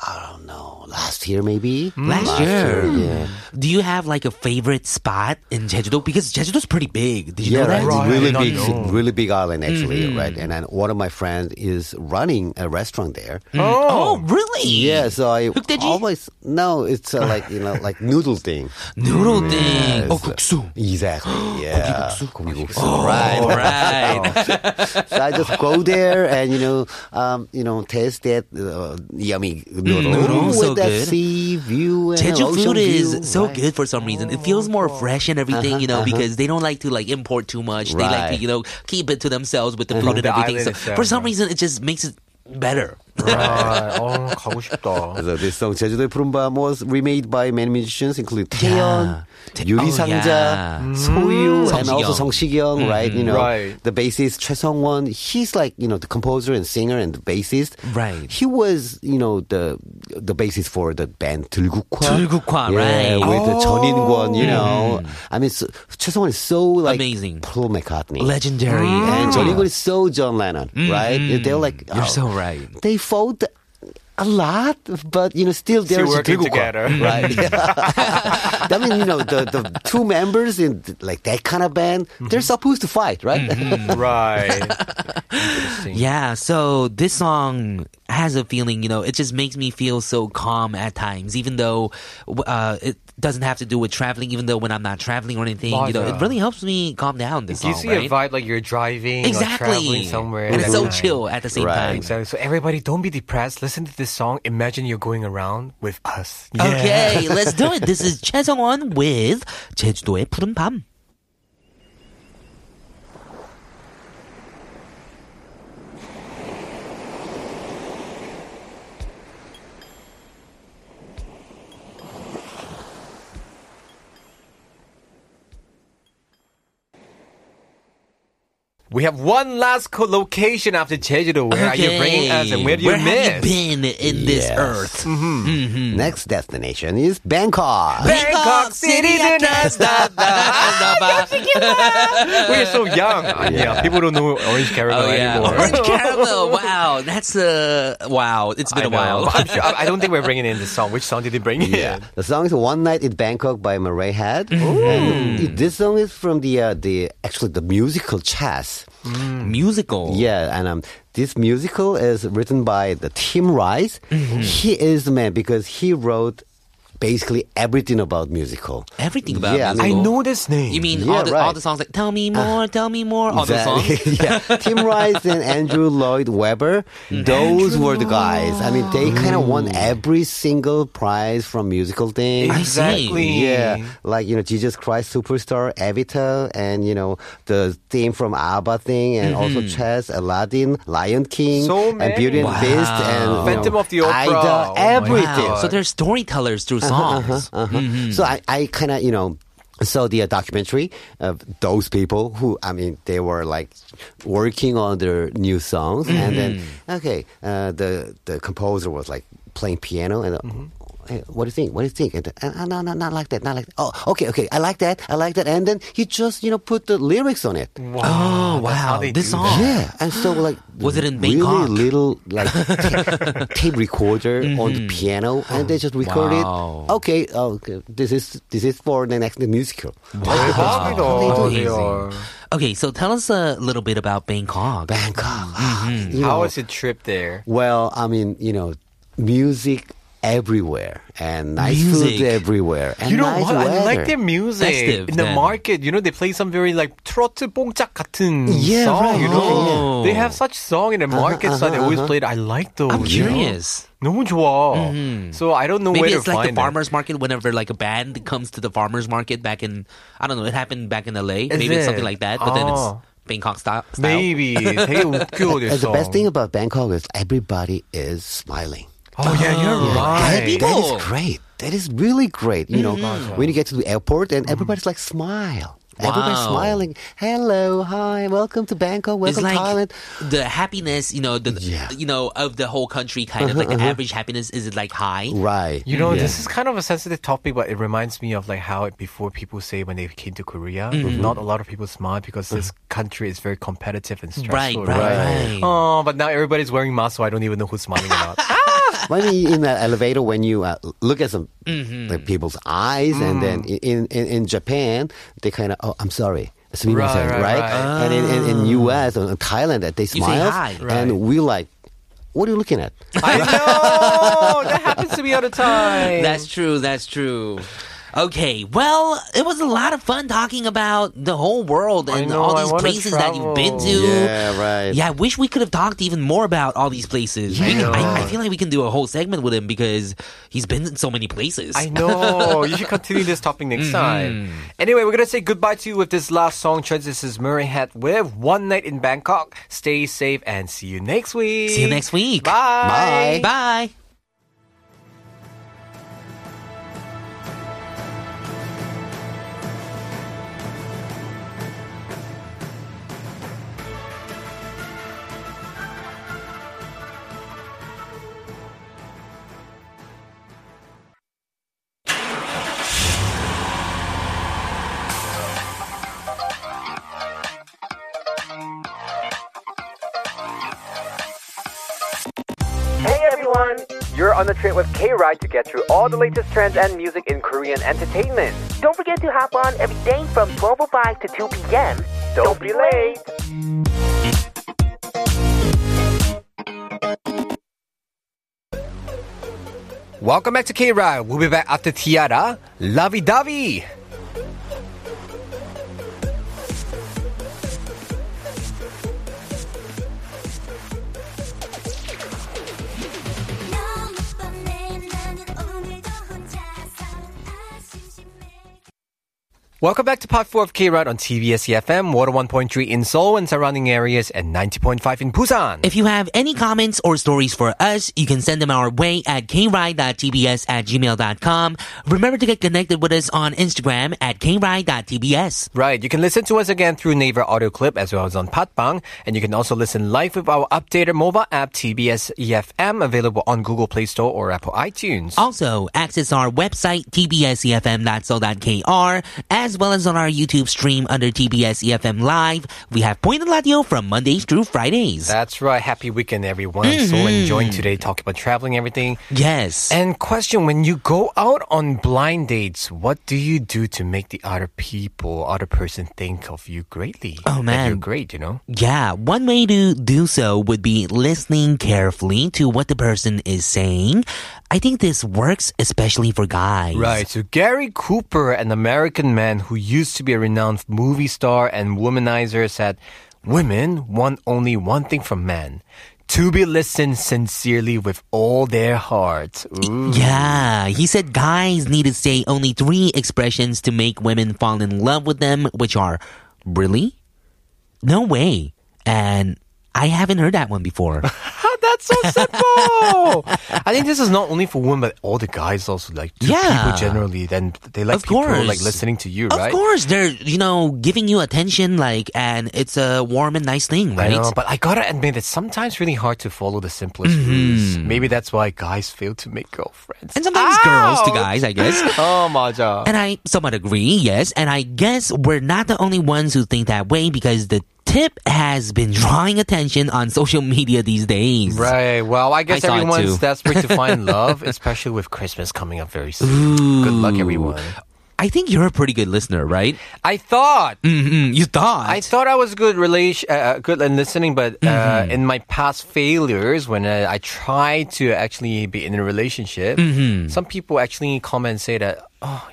Speaker 5: I don't know. last year maybe.
Speaker 2: Last year.
Speaker 5: yeah.
Speaker 2: Do you have like a favorite spot in Jeju-do? Because Jeju-do's pretty big. Did you know
Speaker 5: yeah,
Speaker 2: that?
Speaker 1: Right,
Speaker 5: right. really
Speaker 1: I
Speaker 5: big,
Speaker 1: did not know.
Speaker 5: really big island actually,
Speaker 2: Mm-hmm.
Speaker 5: right? And then one of my friends is running a restaurant there.
Speaker 2: Oh, really?
Speaker 5: Yeah, so I
Speaker 2: Hukdaeji?
Speaker 5: always no, it's uh, like you know, like noodle thing.
Speaker 2: Noodle thing.
Speaker 5: Yes.
Speaker 2: Oh, 국수.
Speaker 5: Exactly. Yeah. 고기국수.
Speaker 2: All
Speaker 5: Right. Oh.
Speaker 2: right.
Speaker 5: so I just go there and you know, um, you know, taste that uh, yummy noodle
Speaker 2: noodle,
Speaker 5: with
Speaker 2: so
Speaker 5: that
Speaker 2: good.
Speaker 5: sea view. And
Speaker 2: Jeju
Speaker 5: ocean
Speaker 2: food is
Speaker 5: view, Oh.
Speaker 2: so
Speaker 5: right.
Speaker 2: good for some reason. It feels more fresh and everything, you know, because they don't like to like import too much. They like to,
Speaker 5: uh-huh. Right. Uh-huh.
Speaker 2: you know, keep it to themselves with the food and
Speaker 1: The
Speaker 2: everything.
Speaker 1: island
Speaker 2: So
Speaker 1: itself,
Speaker 2: for some
Speaker 1: right.
Speaker 2: reason, it just makes it better.
Speaker 1: Right. 어, 가고 싶다.
Speaker 5: So this song 제주도의 푸른밤 was remade by many musicians including Taeyeon, Yuri
Speaker 2: oh, yeah. Mm-hmm.
Speaker 5: Sangja, Soyu, and
Speaker 2: Song Si-young.
Speaker 5: also Song Shikyung, right? You know,
Speaker 1: Right.
Speaker 5: the bassist Choi Sung Won, he's like you know the composer and singer and the bassist.
Speaker 2: Right.
Speaker 5: He was you know the the bassist for the band 들국화.
Speaker 2: 들국화,
Speaker 5: yeah,
Speaker 2: right. Oh. Mm-hmm.
Speaker 5: With the Jeon In Kwon, you know. I mean, so, Choi Sung Won is so like
Speaker 2: Amazing.
Speaker 5: Paul McCartney.
Speaker 2: Legendary.
Speaker 5: And
Speaker 2: And
Speaker 5: Johnny Good is so John Lennon, right? They're like,
Speaker 2: Ah. Mm, You're
Speaker 5: oh,
Speaker 2: so right.
Speaker 5: They fought a lot, but you know, still they're
Speaker 1: working together.
Speaker 5: right?
Speaker 2: Mm.
Speaker 5: I mean, you know, the, the two members in like that kind of band,
Speaker 2: Mm-hmm.
Speaker 5: they're supposed to fight, right?
Speaker 1: Right.
Speaker 2: yeah, so this song has a feeling, you know, it just makes me feel so calm at times, even though uh, it doesn't have to do with traveling, even though when I'm not traveling or anything, you know, it
Speaker 1: 맞아.
Speaker 2: really helps me calm down. This
Speaker 1: Do you
Speaker 2: song,
Speaker 1: see a
Speaker 2: right?
Speaker 1: vibe like you're driving or
Speaker 2: Exactly.
Speaker 1: traveling somewhere?
Speaker 2: And it's
Speaker 1: that
Speaker 2: so
Speaker 1: kind?
Speaker 2: chill at the same
Speaker 5: Right.
Speaker 2: time.
Speaker 1: Exactly. So everybody, don't be depressed. Listen to this song. Imagine you're going around with us.
Speaker 2: Okay, let's do it. This is Choi Sung-won with 제주도의 푸른 밤.
Speaker 1: We have one last co-location after Jeju-do. Where are you bringing us and where do you
Speaker 2: have
Speaker 1: miss?
Speaker 2: you been in this
Speaker 5: Yes.
Speaker 2: earth?
Speaker 5: Next destination is Bangkok.
Speaker 1: Bangkok City
Speaker 2: I can't
Speaker 1: tonight.
Speaker 2: stop.
Speaker 1: We're so young. Yeah. people don't know Orange Caramel
Speaker 2: Oh yeah,
Speaker 1: anymore.
Speaker 2: orange caramel. Wow, that's uh, wow. It's been
Speaker 1: I
Speaker 2: a while.
Speaker 1: know. I'm sure, I I don't think we're bringing in this song. Which song did they bring in?
Speaker 5: Yeah. The song is "One Night in Bangkok" by Murray Head.
Speaker 2: Mm-hmm.
Speaker 5: And it- this song is from the uh, the actually the musical Chess.
Speaker 2: Musical.
Speaker 5: Yeah, and um, this musical is written by the Tim Rice. He is the man because he wrote basically everything about musical.
Speaker 2: Everything about
Speaker 5: Yeah, I
Speaker 2: musical.
Speaker 1: I know Uh, this name.
Speaker 2: You mean
Speaker 5: Yeah,
Speaker 2: all the all
Speaker 5: right.
Speaker 2: the songs like "Tell Me More," "Tell Me More," all the songs.
Speaker 5: Exactly. yeah, Tim Rice and Andrew Lloyd Webber,
Speaker 1: Mm-hmm.
Speaker 5: those were the guys. I mean, they kind of won every single prize from musical things.
Speaker 2: I see.
Speaker 1: Exactly.
Speaker 5: Yeah, like you know, Jesus Christ Superstar, Evita, and you know the theme from ABBA thing, and also Chess, Aladdin, Lion King,
Speaker 1: Mm-hmm. So
Speaker 5: and Beauty and
Speaker 1: many.
Speaker 5: Beast, and you
Speaker 1: Phantom
Speaker 5: know,
Speaker 1: of the Opera.
Speaker 5: Ida,
Speaker 1: Oh my
Speaker 5: everything.
Speaker 2: Wow. So they're storytellers through
Speaker 1: Uh-huh,
Speaker 2: songs.
Speaker 5: Uh-huh. So I, I kind of, you know, so the uh, documentary of those people who, I mean, they were like working on their new songs, and then okay, uh, the the composer was like playing piano and. uh, "Hey, What do you think? What do you think? And, uh, no, no, not like that. Not like that. Oh, okay, okay. I like that. I like that. And then he just, you know, put the lyrics on it.
Speaker 1: that's how
Speaker 2: Oh wow,
Speaker 1: they
Speaker 2: this
Speaker 1: do
Speaker 2: song.
Speaker 5: Yeah, and so like
Speaker 2: Was it in
Speaker 5: really
Speaker 2: Bangkok?
Speaker 5: little like ta- tape recorder on the piano, and they just recorded.
Speaker 2: Mm-hmm. Wow.
Speaker 5: Okay, oh, okay, this is this is for the next musical.
Speaker 1: 대박이다.
Speaker 2: Oh, Amazing.
Speaker 1: They are.
Speaker 2: Okay, so tell us a little bit about Bangkok.
Speaker 5: Bangkok.
Speaker 2: Mm-hmm.
Speaker 5: You
Speaker 1: How
Speaker 5: know,
Speaker 1: was your trip there?
Speaker 5: well, I mean, you know, music everywhere and nice
Speaker 2: Music.
Speaker 5: food everywhere. And
Speaker 1: You know
Speaker 5: nice
Speaker 1: what? I like
Speaker 5: weather.
Speaker 1: their music
Speaker 2: Festive,
Speaker 1: in the
Speaker 2: then.
Speaker 1: market. You know, they play some very like 트로트 뽕짝 같은
Speaker 5: Yeah,
Speaker 1: song.
Speaker 5: right, Oh, Uh-huh,
Speaker 1: You know,
Speaker 2: yeah, yeah.
Speaker 1: they have such song in the market, so they always play it. I like those.
Speaker 2: I'm
Speaker 1: you know?
Speaker 2: curious. Mm-hmm.
Speaker 1: 너무 좋아. So I don't know
Speaker 2: Maybe
Speaker 1: where
Speaker 2: it's
Speaker 1: to
Speaker 2: like
Speaker 1: find
Speaker 2: the
Speaker 1: it.
Speaker 2: farmers market whenever like a band comes to the farmers market back in I don't know it happened back in LA
Speaker 1: Is
Speaker 2: maybe it's
Speaker 1: it?
Speaker 2: something like that but then it's
Speaker 1: Oh.
Speaker 2: Bangkok style. style.
Speaker 1: Maybe 되게 웃겨 their
Speaker 5: And
Speaker 1: song.
Speaker 5: the best thing about Bangkok is everybody is smiling.
Speaker 1: Oh yeah, you're
Speaker 5: That-
Speaker 1: right.
Speaker 5: that is great. That is really great. You
Speaker 2: Mm-hmm.
Speaker 5: know, when you get to the airport and everybody's like, smile. Everybody's
Speaker 2: Wow.
Speaker 5: smiling. Hello, hi, welcome to Bangkok,
Speaker 2: It's
Speaker 5: welcome
Speaker 2: like
Speaker 5: to Thailand.
Speaker 2: the happiness, you know, the
Speaker 5: Yeah.
Speaker 2: you know of the whole country, kind of
Speaker 1: Uh-huh,
Speaker 2: like the average happiness. Is it like high?
Speaker 5: Right.
Speaker 1: You know, this is kind of a sensitive topic, but it reminds me of like how it- before people say when they came to Korea, not a lot of people smiled because this country is very competitive and
Speaker 2: Right,
Speaker 1: stressful.
Speaker 2: right, right.
Speaker 1: Oh, but now everybody's wearing masks, so I don't even know who's smiling or not.
Speaker 5: when you in that elevator, when you uh, look at some
Speaker 2: Mm-hmm.
Speaker 5: like, people's eyes, and then
Speaker 2: Mm.
Speaker 5: in, in, in Japan, they kind of, oh, I'm sorry.
Speaker 1: Right,
Speaker 5: Right,
Speaker 1: right,
Speaker 5: right?
Speaker 1: right.
Speaker 5: And in, in, in U.S. or Thailand, that they
Speaker 2: Ah. say
Speaker 5: smile,
Speaker 2: hi.
Speaker 1: Right.
Speaker 5: and we like, what are you looking at?
Speaker 1: I know that happens to me all the time.
Speaker 2: That's true. That's true. Okay, well, it was a lot of fun talking about the whole world
Speaker 1: I
Speaker 2: and
Speaker 1: know,
Speaker 2: all
Speaker 1: I
Speaker 2: these
Speaker 1: wanna
Speaker 2: places that you've been to.
Speaker 1: travel.
Speaker 5: Yeah, right.
Speaker 2: Yeah, I wish we could have talked even more about all these places. We-
Speaker 1: Yeah.
Speaker 2: I, I feel like we can do a whole segment with him because he's been in so many places.
Speaker 1: I know. you should continue this topic next time. Anyway, we're gonna say goodbye to you with this last song. Choice. This is Murray Hat with One Night in Bangkok. Stay safe and see you next week.
Speaker 2: See you next week.
Speaker 1: Bye.
Speaker 2: Bye.
Speaker 1: Hey everyone! You're on the trip with K Ride to get through all the latest trends and music in Korean entertainment.
Speaker 7: Don't forget to hop on every day from 12 05 to 2 p.m.
Speaker 1: Don't be late! Welcome back to K Ride. We'll be back after Tiara. Lovey dovey!
Speaker 3: 너무 뻔해 나는 오늘도 혼자 살아 심심해
Speaker 1: Welcome back to part 4 of K Ride on TBS EFM, Water 1.3 in Seoul and surrounding areas, and 90.5 in Busan.
Speaker 2: If you have any comments or stories for us, you can send them our way at kride.tbs at gmail.com. Remember to get connected with us on Instagram at kride.tbs.
Speaker 1: Right, you can listen to us again through Naver Audio Clip as well as on Patbang, and you can also listen live with our updated mobile app TBS EFM E available on Google Play Store or Apple iTunes.
Speaker 2: Also, access our website, tbsefm.so.kr, as well as on our YouTube stream under TBS EFM E Live. We have Point and Latio from Mondays through Fridays.
Speaker 1: That's right. Happy weekend, everyone. So enjoying today, talking about traveling, everything.
Speaker 2: yes.
Speaker 1: And question: When you go out on blind dates, what do you do to make the other people, other person think of you greatly?
Speaker 2: Oh,
Speaker 1: That you're
Speaker 2: man.
Speaker 1: great. You know.
Speaker 2: Yeah, one way to do so would be listening carefully to what the person is saying. I think this works especially for guys.
Speaker 1: Right. So Gary Cooper, an American man who used to be a renowned movie star and womanizer, said, Women want only one thing from men to be listened sincerely with all their hearts. Ooh.
Speaker 2: Yeah, he said guys need to say only three expressions to make women fall in love with them, which are really? No way. And I haven't heard that one before.
Speaker 1: That's so simple. I think this is not only for women, but all the guys also like to
Speaker 2: Yeah.
Speaker 1: people generally. Then they like
Speaker 2: Of
Speaker 1: people like
Speaker 2: course.
Speaker 1: listening to you,
Speaker 2: Of
Speaker 1: right?
Speaker 2: course, they're, you know, giving you attention, like, and it's a warm and nice thing,
Speaker 1: I
Speaker 2: right? Mm-hmm.
Speaker 1: know, but I gotta admit, it's sometimes really hard to follow the simplest rules. Maybe that's why guys fail to make girlfriends.
Speaker 2: and sometimes girls to guys, I guess.
Speaker 1: Oh, 맞아.
Speaker 2: And I somewhat agree, yes. And I guess we're not the only ones who think that way because the tip has been drawing attention on social media these days.
Speaker 1: Right. Well, I guess
Speaker 2: saw it
Speaker 1: everyone's
Speaker 2: too.
Speaker 1: desperate to find love, especially with Christmas coming up very soon. Good luck, everyone.
Speaker 2: I think you're a pretty good listener, right?
Speaker 1: I thought.
Speaker 2: Mm-hmm. You thought.
Speaker 1: I thought I was good relation, uh, good in listening, but uh, in my past failures, when uh, I tried to actually be in a relationship, some people actually comment and say that, "Oh,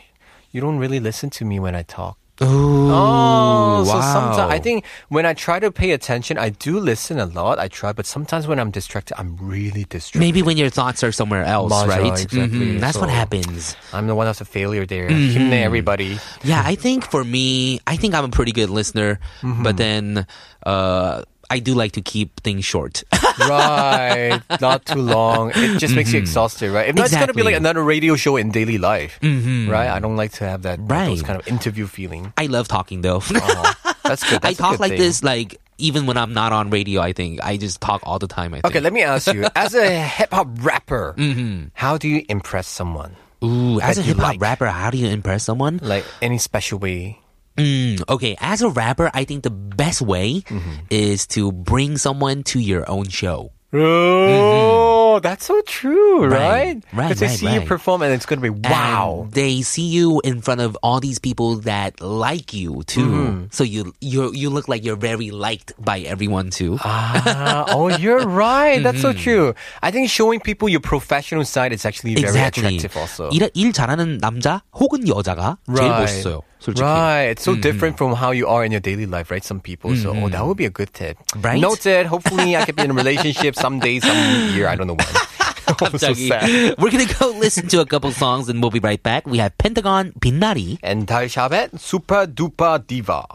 Speaker 1: you don't really listen to me when I talk." Oh, so sometimes I think when I try to pay attention, I do listen a lot. I try, but sometimes when I'm distracted, I'm really distracted.
Speaker 2: Maybe when your thoughts are somewhere else,
Speaker 1: 맞아,
Speaker 2: right?
Speaker 1: exactly.
Speaker 2: Mhm, That's what
Speaker 1: So-
Speaker 2: happens.
Speaker 1: I'm the one that's a failure there. Himne, everybody.
Speaker 2: Yeah, I think for me, I think I'm a pretty good listener,
Speaker 1: Mm-hmm.
Speaker 2: but then uh, I do like to keep things short.
Speaker 1: right. Not too long. It just makes you exhausted, right? If not, it's going to be
Speaker 2: Mm-hmm. Exactly. Mm-hmm.
Speaker 1: like another radio show in daily life, right? I don't like to have that
Speaker 2: Right.
Speaker 1: those kind of interview feeling. Uh-huh.
Speaker 2: I love talking though.
Speaker 1: Oh, That's good.
Speaker 2: I
Speaker 1: That's a
Speaker 2: talk
Speaker 1: good
Speaker 2: like
Speaker 1: thing.
Speaker 2: this, like even when I'm not on radio. I think I just talk all the time. I think.
Speaker 1: Okay, let me ask you. As a hip hop rapper,
Speaker 2: Mm-hmm.
Speaker 1: how do you impress someone?
Speaker 2: Ooh, as a
Speaker 1: that you
Speaker 2: hip hop
Speaker 1: like. Mm.
Speaker 2: rapper, how do you impress someone?
Speaker 1: Like any special way?
Speaker 2: Mm, okay,
Speaker 1: Mm-hmm.
Speaker 2: as a rapper, I think the best way is to bring someone to your own show.
Speaker 1: Oh, that's so true,
Speaker 2: Mm-hmm. Right,
Speaker 1: right?
Speaker 2: right,
Speaker 1: Because they
Speaker 2: right,
Speaker 1: see
Speaker 2: right.
Speaker 1: you perform and it's going to be
Speaker 2: And
Speaker 1: wow.
Speaker 2: they see you in front of all these people that like you too.
Speaker 1: Mm-hmm.
Speaker 2: So you you you look like you're very liked by everyone too.
Speaker 1: ah, oh, you're right. That's so
Speaker 2: Mm-hmm.
Speaker 1: true. I think showing people your professional side is actually very
Speaker 2: exactly.
Speaker 1: attractive also.
Speaker 2: 일, 일 잘하는 남자 혹은 여자가 제일 멋있어요. 솔직히. Mm-hmm.
Speaker 1: Right. It's so different from how you are in your daily life, right? Some people. So, oh, that would be a good tip.
Speaker 2: Right?
Speaker 1: Noted. Hopefully, I could be in a relationship someday, some year. I don't know when. I'm so
Speaker 2: 갑자기.
Speaker 1: sad.
Speaker 2: We're gonna go listen to a couple songs and we'll be right back. We have Pentagon 빛나리.
Speaker 1: And Tal Shabet, Super Duper Diva.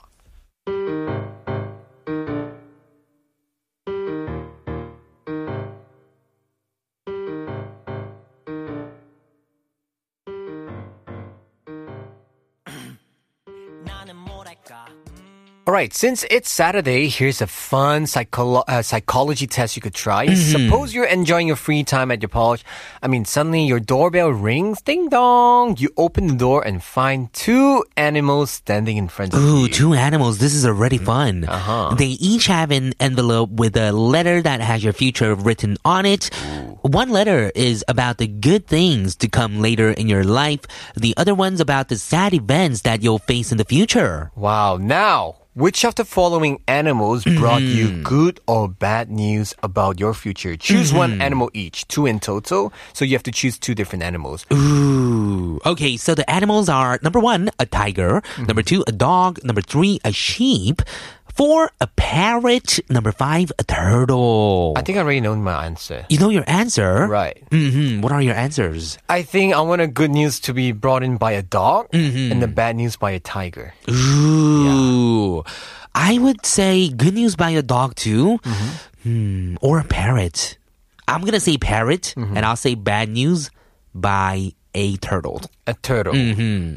Speaker 1: All right, since it's Saturday, here's a fun psycholo- uh, psychology test you could try.
Speaker 2: Mm-hmm.
Speaker 1: Suppose you're enjoying your free time at your porch. I mean, suddenly your doorbell rings, ding dong. You open the door and find two animals standing in front of
Speaker 2: Ooh,
Speaker 1: you.
Speaker 2: two animals. This is already fun. Uh-huh. They each have an envelope with a letter that has your future written on it. One letter is about the good things to come later in your life. The other one's about the sad events that you'll face in the future.
Speaker 1: Wow. Now, which of the following animals brought
Speaker 2: Mm.
Speaker 1: you good or bad news about your future? Choose one
Speaker 2: Mm-hmm.
Speaker 1: animal each, two in total. So you have to choose two different animals.
Speaker 2: Ooh. Okay, so the animals are number one, a tiger. Number two, a dog. Number three, a sheep. Four, a parrot. Number five, a turtle.
Speaker 1: I think I already know my answer.
Speaker 2: you know your answer.
Speaker 1: Right.
Speaker 2: hmm What are your answers?
Speaker 1: I think I want a good news to be brought in by a dog
Speaker 2: Mm-hmm.
Speaker 1: and the bad news by a tiger.
Speaker 2: Ooh. I would say good news by a dog too, Hmm, or a parrot. I'm gonna say parrot, and I'll say bad news by a turtle.
Speaker 1: A turtle.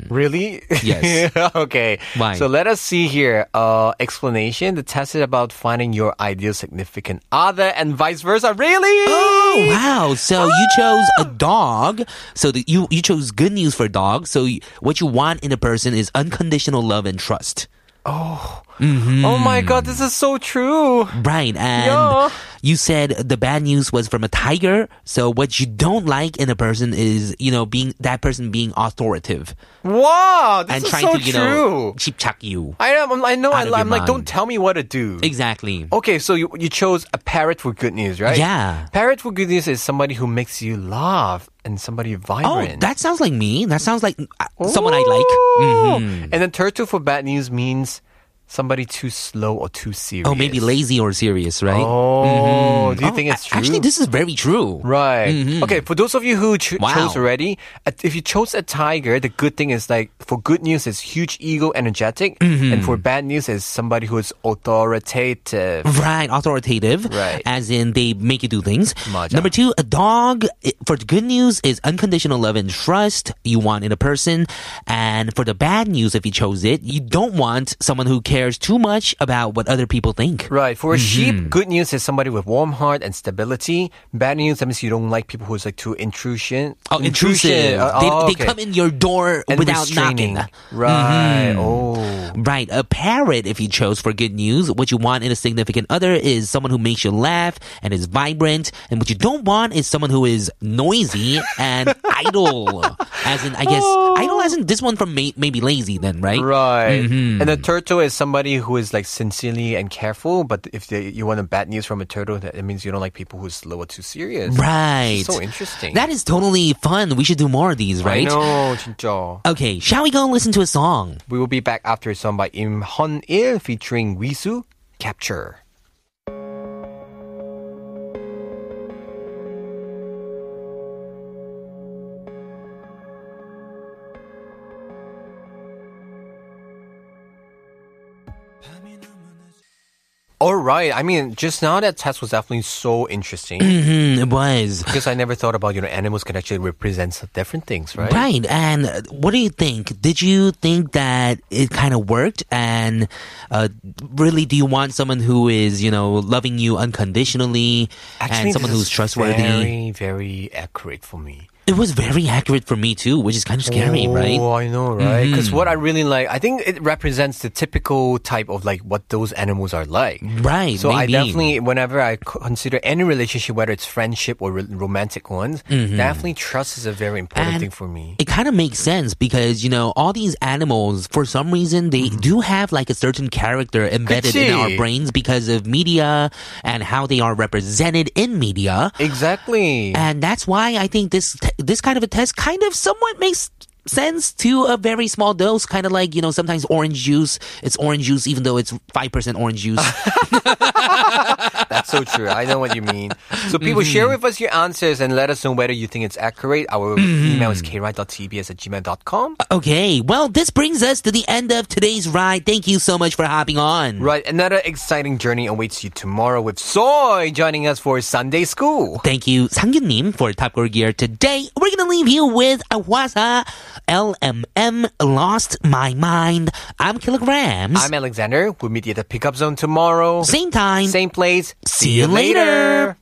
Speaker 1: Really?
Speaker 2: Mm-hmm. Yes.
Speaker 1: okay.
Speaker 2: Why?
Speaker 1: So let us see here. Uh, explanation. The test is about finding your ideal significant other and vice versa. Really?
Speaker 2: Oh wow! So you chose a dog. So the, you you chose good news for dog. So you, what you want in a person is unconditional love and trust,
Speaker 1: Oh my
Speaker 2: Hmm.
Speaker 1: god, this is so true.
Speaker 2: right? And
Speaker 1: Yeah.
Speaker 2: you said the bad news was from a tiger. So what you don't like in a person is you know being that person being authoritative.
Speaker 1: Wow, this
Speaker 2: and
Speaker 1: is
Speaker 2: trying
Speaker 1: so
Speaker 2: to you know
Speaker 1: true.
Speaker 2: chipchak you
Speaker 1: I am. I'm- I know. I,
Speaker 2: Out of your
Speaker 1: I'm like,
Speaker 2: mind.
Speaker 1: don't tell me what to do.
Speaker 2: exactly
Speaker 1: Okay, so you, you chose a parrot for good news, right?
Speaker 2: Yeah.
Speaker 1: Parrot for good news is somebody who makes you laugh and somebody
Speaker 2: oh
Speaker 1: vibrant.
Speaker 2: that sounds like me that sounds like uh, someone i like Mm. Mm-hmm.
Speaker 1: Ooh. And then turtle for bad news means somebody too slow or too serious.
Speaker 2: oh maybe lazy or serious right Mm-hmm.
Speaker 1: Oh, do you think it's true?
Speaker 2: actually this is very true
Speaker 1: Right. Okay. For those of you who cho-
Speaker 2: Mm-hmm. Wow.
Speaker 1: chose already, uh, if you chose a tiger, the good thing is like for good news is huge ego, energetic,
Speaker 2: Mm-hmm.
Speaker 1: and for bad news is somebody who is authoritative.
Speaker 2: Right, authoritative.
Speaker 1: Right.
Speaker 2: As in, they make you do things.
Speaker 1: 맞아.
Speaker 2: Number two, a dog, i- for the good news, is unconditional love and trust you want in a person. And for the bad news, if you chose it, you don't want someone who cares too much about what other people think.
Speaker 1: Right. For a
Speaker 2: Mm-hmm.
Speaker 1: sheep, good news is somebody with warm heart and stability. Bad news that means you don't like people who's like too intrusion.
Speaker 2: Oh, intrusive.
Speaker 1: Uh,
Speaker 2: they,
Speaker 1: oh,
Speaker 2: they
Speaker 1: okay.
Speaker 2: come in your door
Speaker 1: And
Speaker 2: without
Speaker 1: restraining.
Speaker 2: knocking. Mm-hmm.
Speaker 1: Right. Oh.
Speaker 2: Right, a parrot, if you chose for good news. What you want in a significant other is someone who makes you laugh and is vibrant. And what you don't want is someone who is noisy and idle. As in, I guess, idle as in this one from may- maybe lazy then, right?
Speaker 1: Oh. Right.
Speaker 2: Mm-hmm.
Speaker 1: And a turtle is somebody who is like sincerely and careful, but if they, you want a bad news from a turtle, that it means you don't like people who's low or too serious.
Speaker 2: Right.
Speaker 1: This is so interesting.
Speaker 2: That is totally fun. We should do more of these,
Speaker 1: I
Speaker 2: right?
Speaker 1: know, 진짜.
Speaker 2: Okay, shall we go and listen to a song?
Speaker 1: We will be back after a song by Im Hon Il featuring Wisu, Capture. All right. I mean, just now that test was definitely so interesting
Speaker 2: Hmm, it was.
Speaker 1: because I never thought about you know animals can actually represent different things, right?
Speaker 2: Right. And uh, what do you think? Did you think that it kind of worked? And uh, really, do you want someone who is, you know, loving you unconditionally and someone
Speaker 1: this
Speaker 2: who's
Speaker 1: is
Speaker 2: trustworthy?
Speaker 1: Very, very accurate for me.
Speaker 2: It was very accurate for me, too, which is kind of scary, right? Mm-hmm.
Speaker 1: Oh, I know, right? Because what I really like, I think it represents the typical type of like what those animals are like.
Speaker 2: Right.
Speaker 1: So I
Speaker 2: Mm-hmm. maybe.
Speaker 1: definitely, whenever I co- consider any relationship, whether it's friendship or re- romantic ones, definitely trust is a very important
Speaker 2: Mm-hmm. And
Speaker 1: thing for me.
Speaker 2: It kind of makes sense because, you know, all these animals, for some reason, they
Speaker 1: Mm-hmm.
Speaker 2: do have like a certain character embedded in our
Speaker 1: 그치?
Speaker 2: brains because of media and how they are represented in media.
Speaker 1: Exactly.
Speaker 2: And that's why I think this t- this kind of a test kind of somewhat makes sense to a very small dose kind of like you know sometimes orange juice it's orange juice even though it's 5% orange juice
Speaker 1: That's so true. I know what you mean. So people share
Speaker 2: Mm-hmm.
Speaker 1: with us your answers and let us know whether you think it's accurate. Our
Speaker 2: Mm-hmm.
Speaker 1: email is kride.tbs at gmail.com.
Speaker 2: okay well this brings us to the end of today's ride thank you so much for hopping on
Speaker 1: Right, another exciting journey awaits you tomorrow with Soy joining us for Sunday School.
Speaker 2: Thank you, Sangyun-nim, for Top Gear Gear today. We're gonna leave you with Awasa LMM Lost My Mind. I'm Kilograms.
Speaker 1: I'm Alexander. We'll meet you at the pickup zone tomorrow.
Speaker 2: Same time.
Speaker 1: Same place.
Speaker 2: See you later.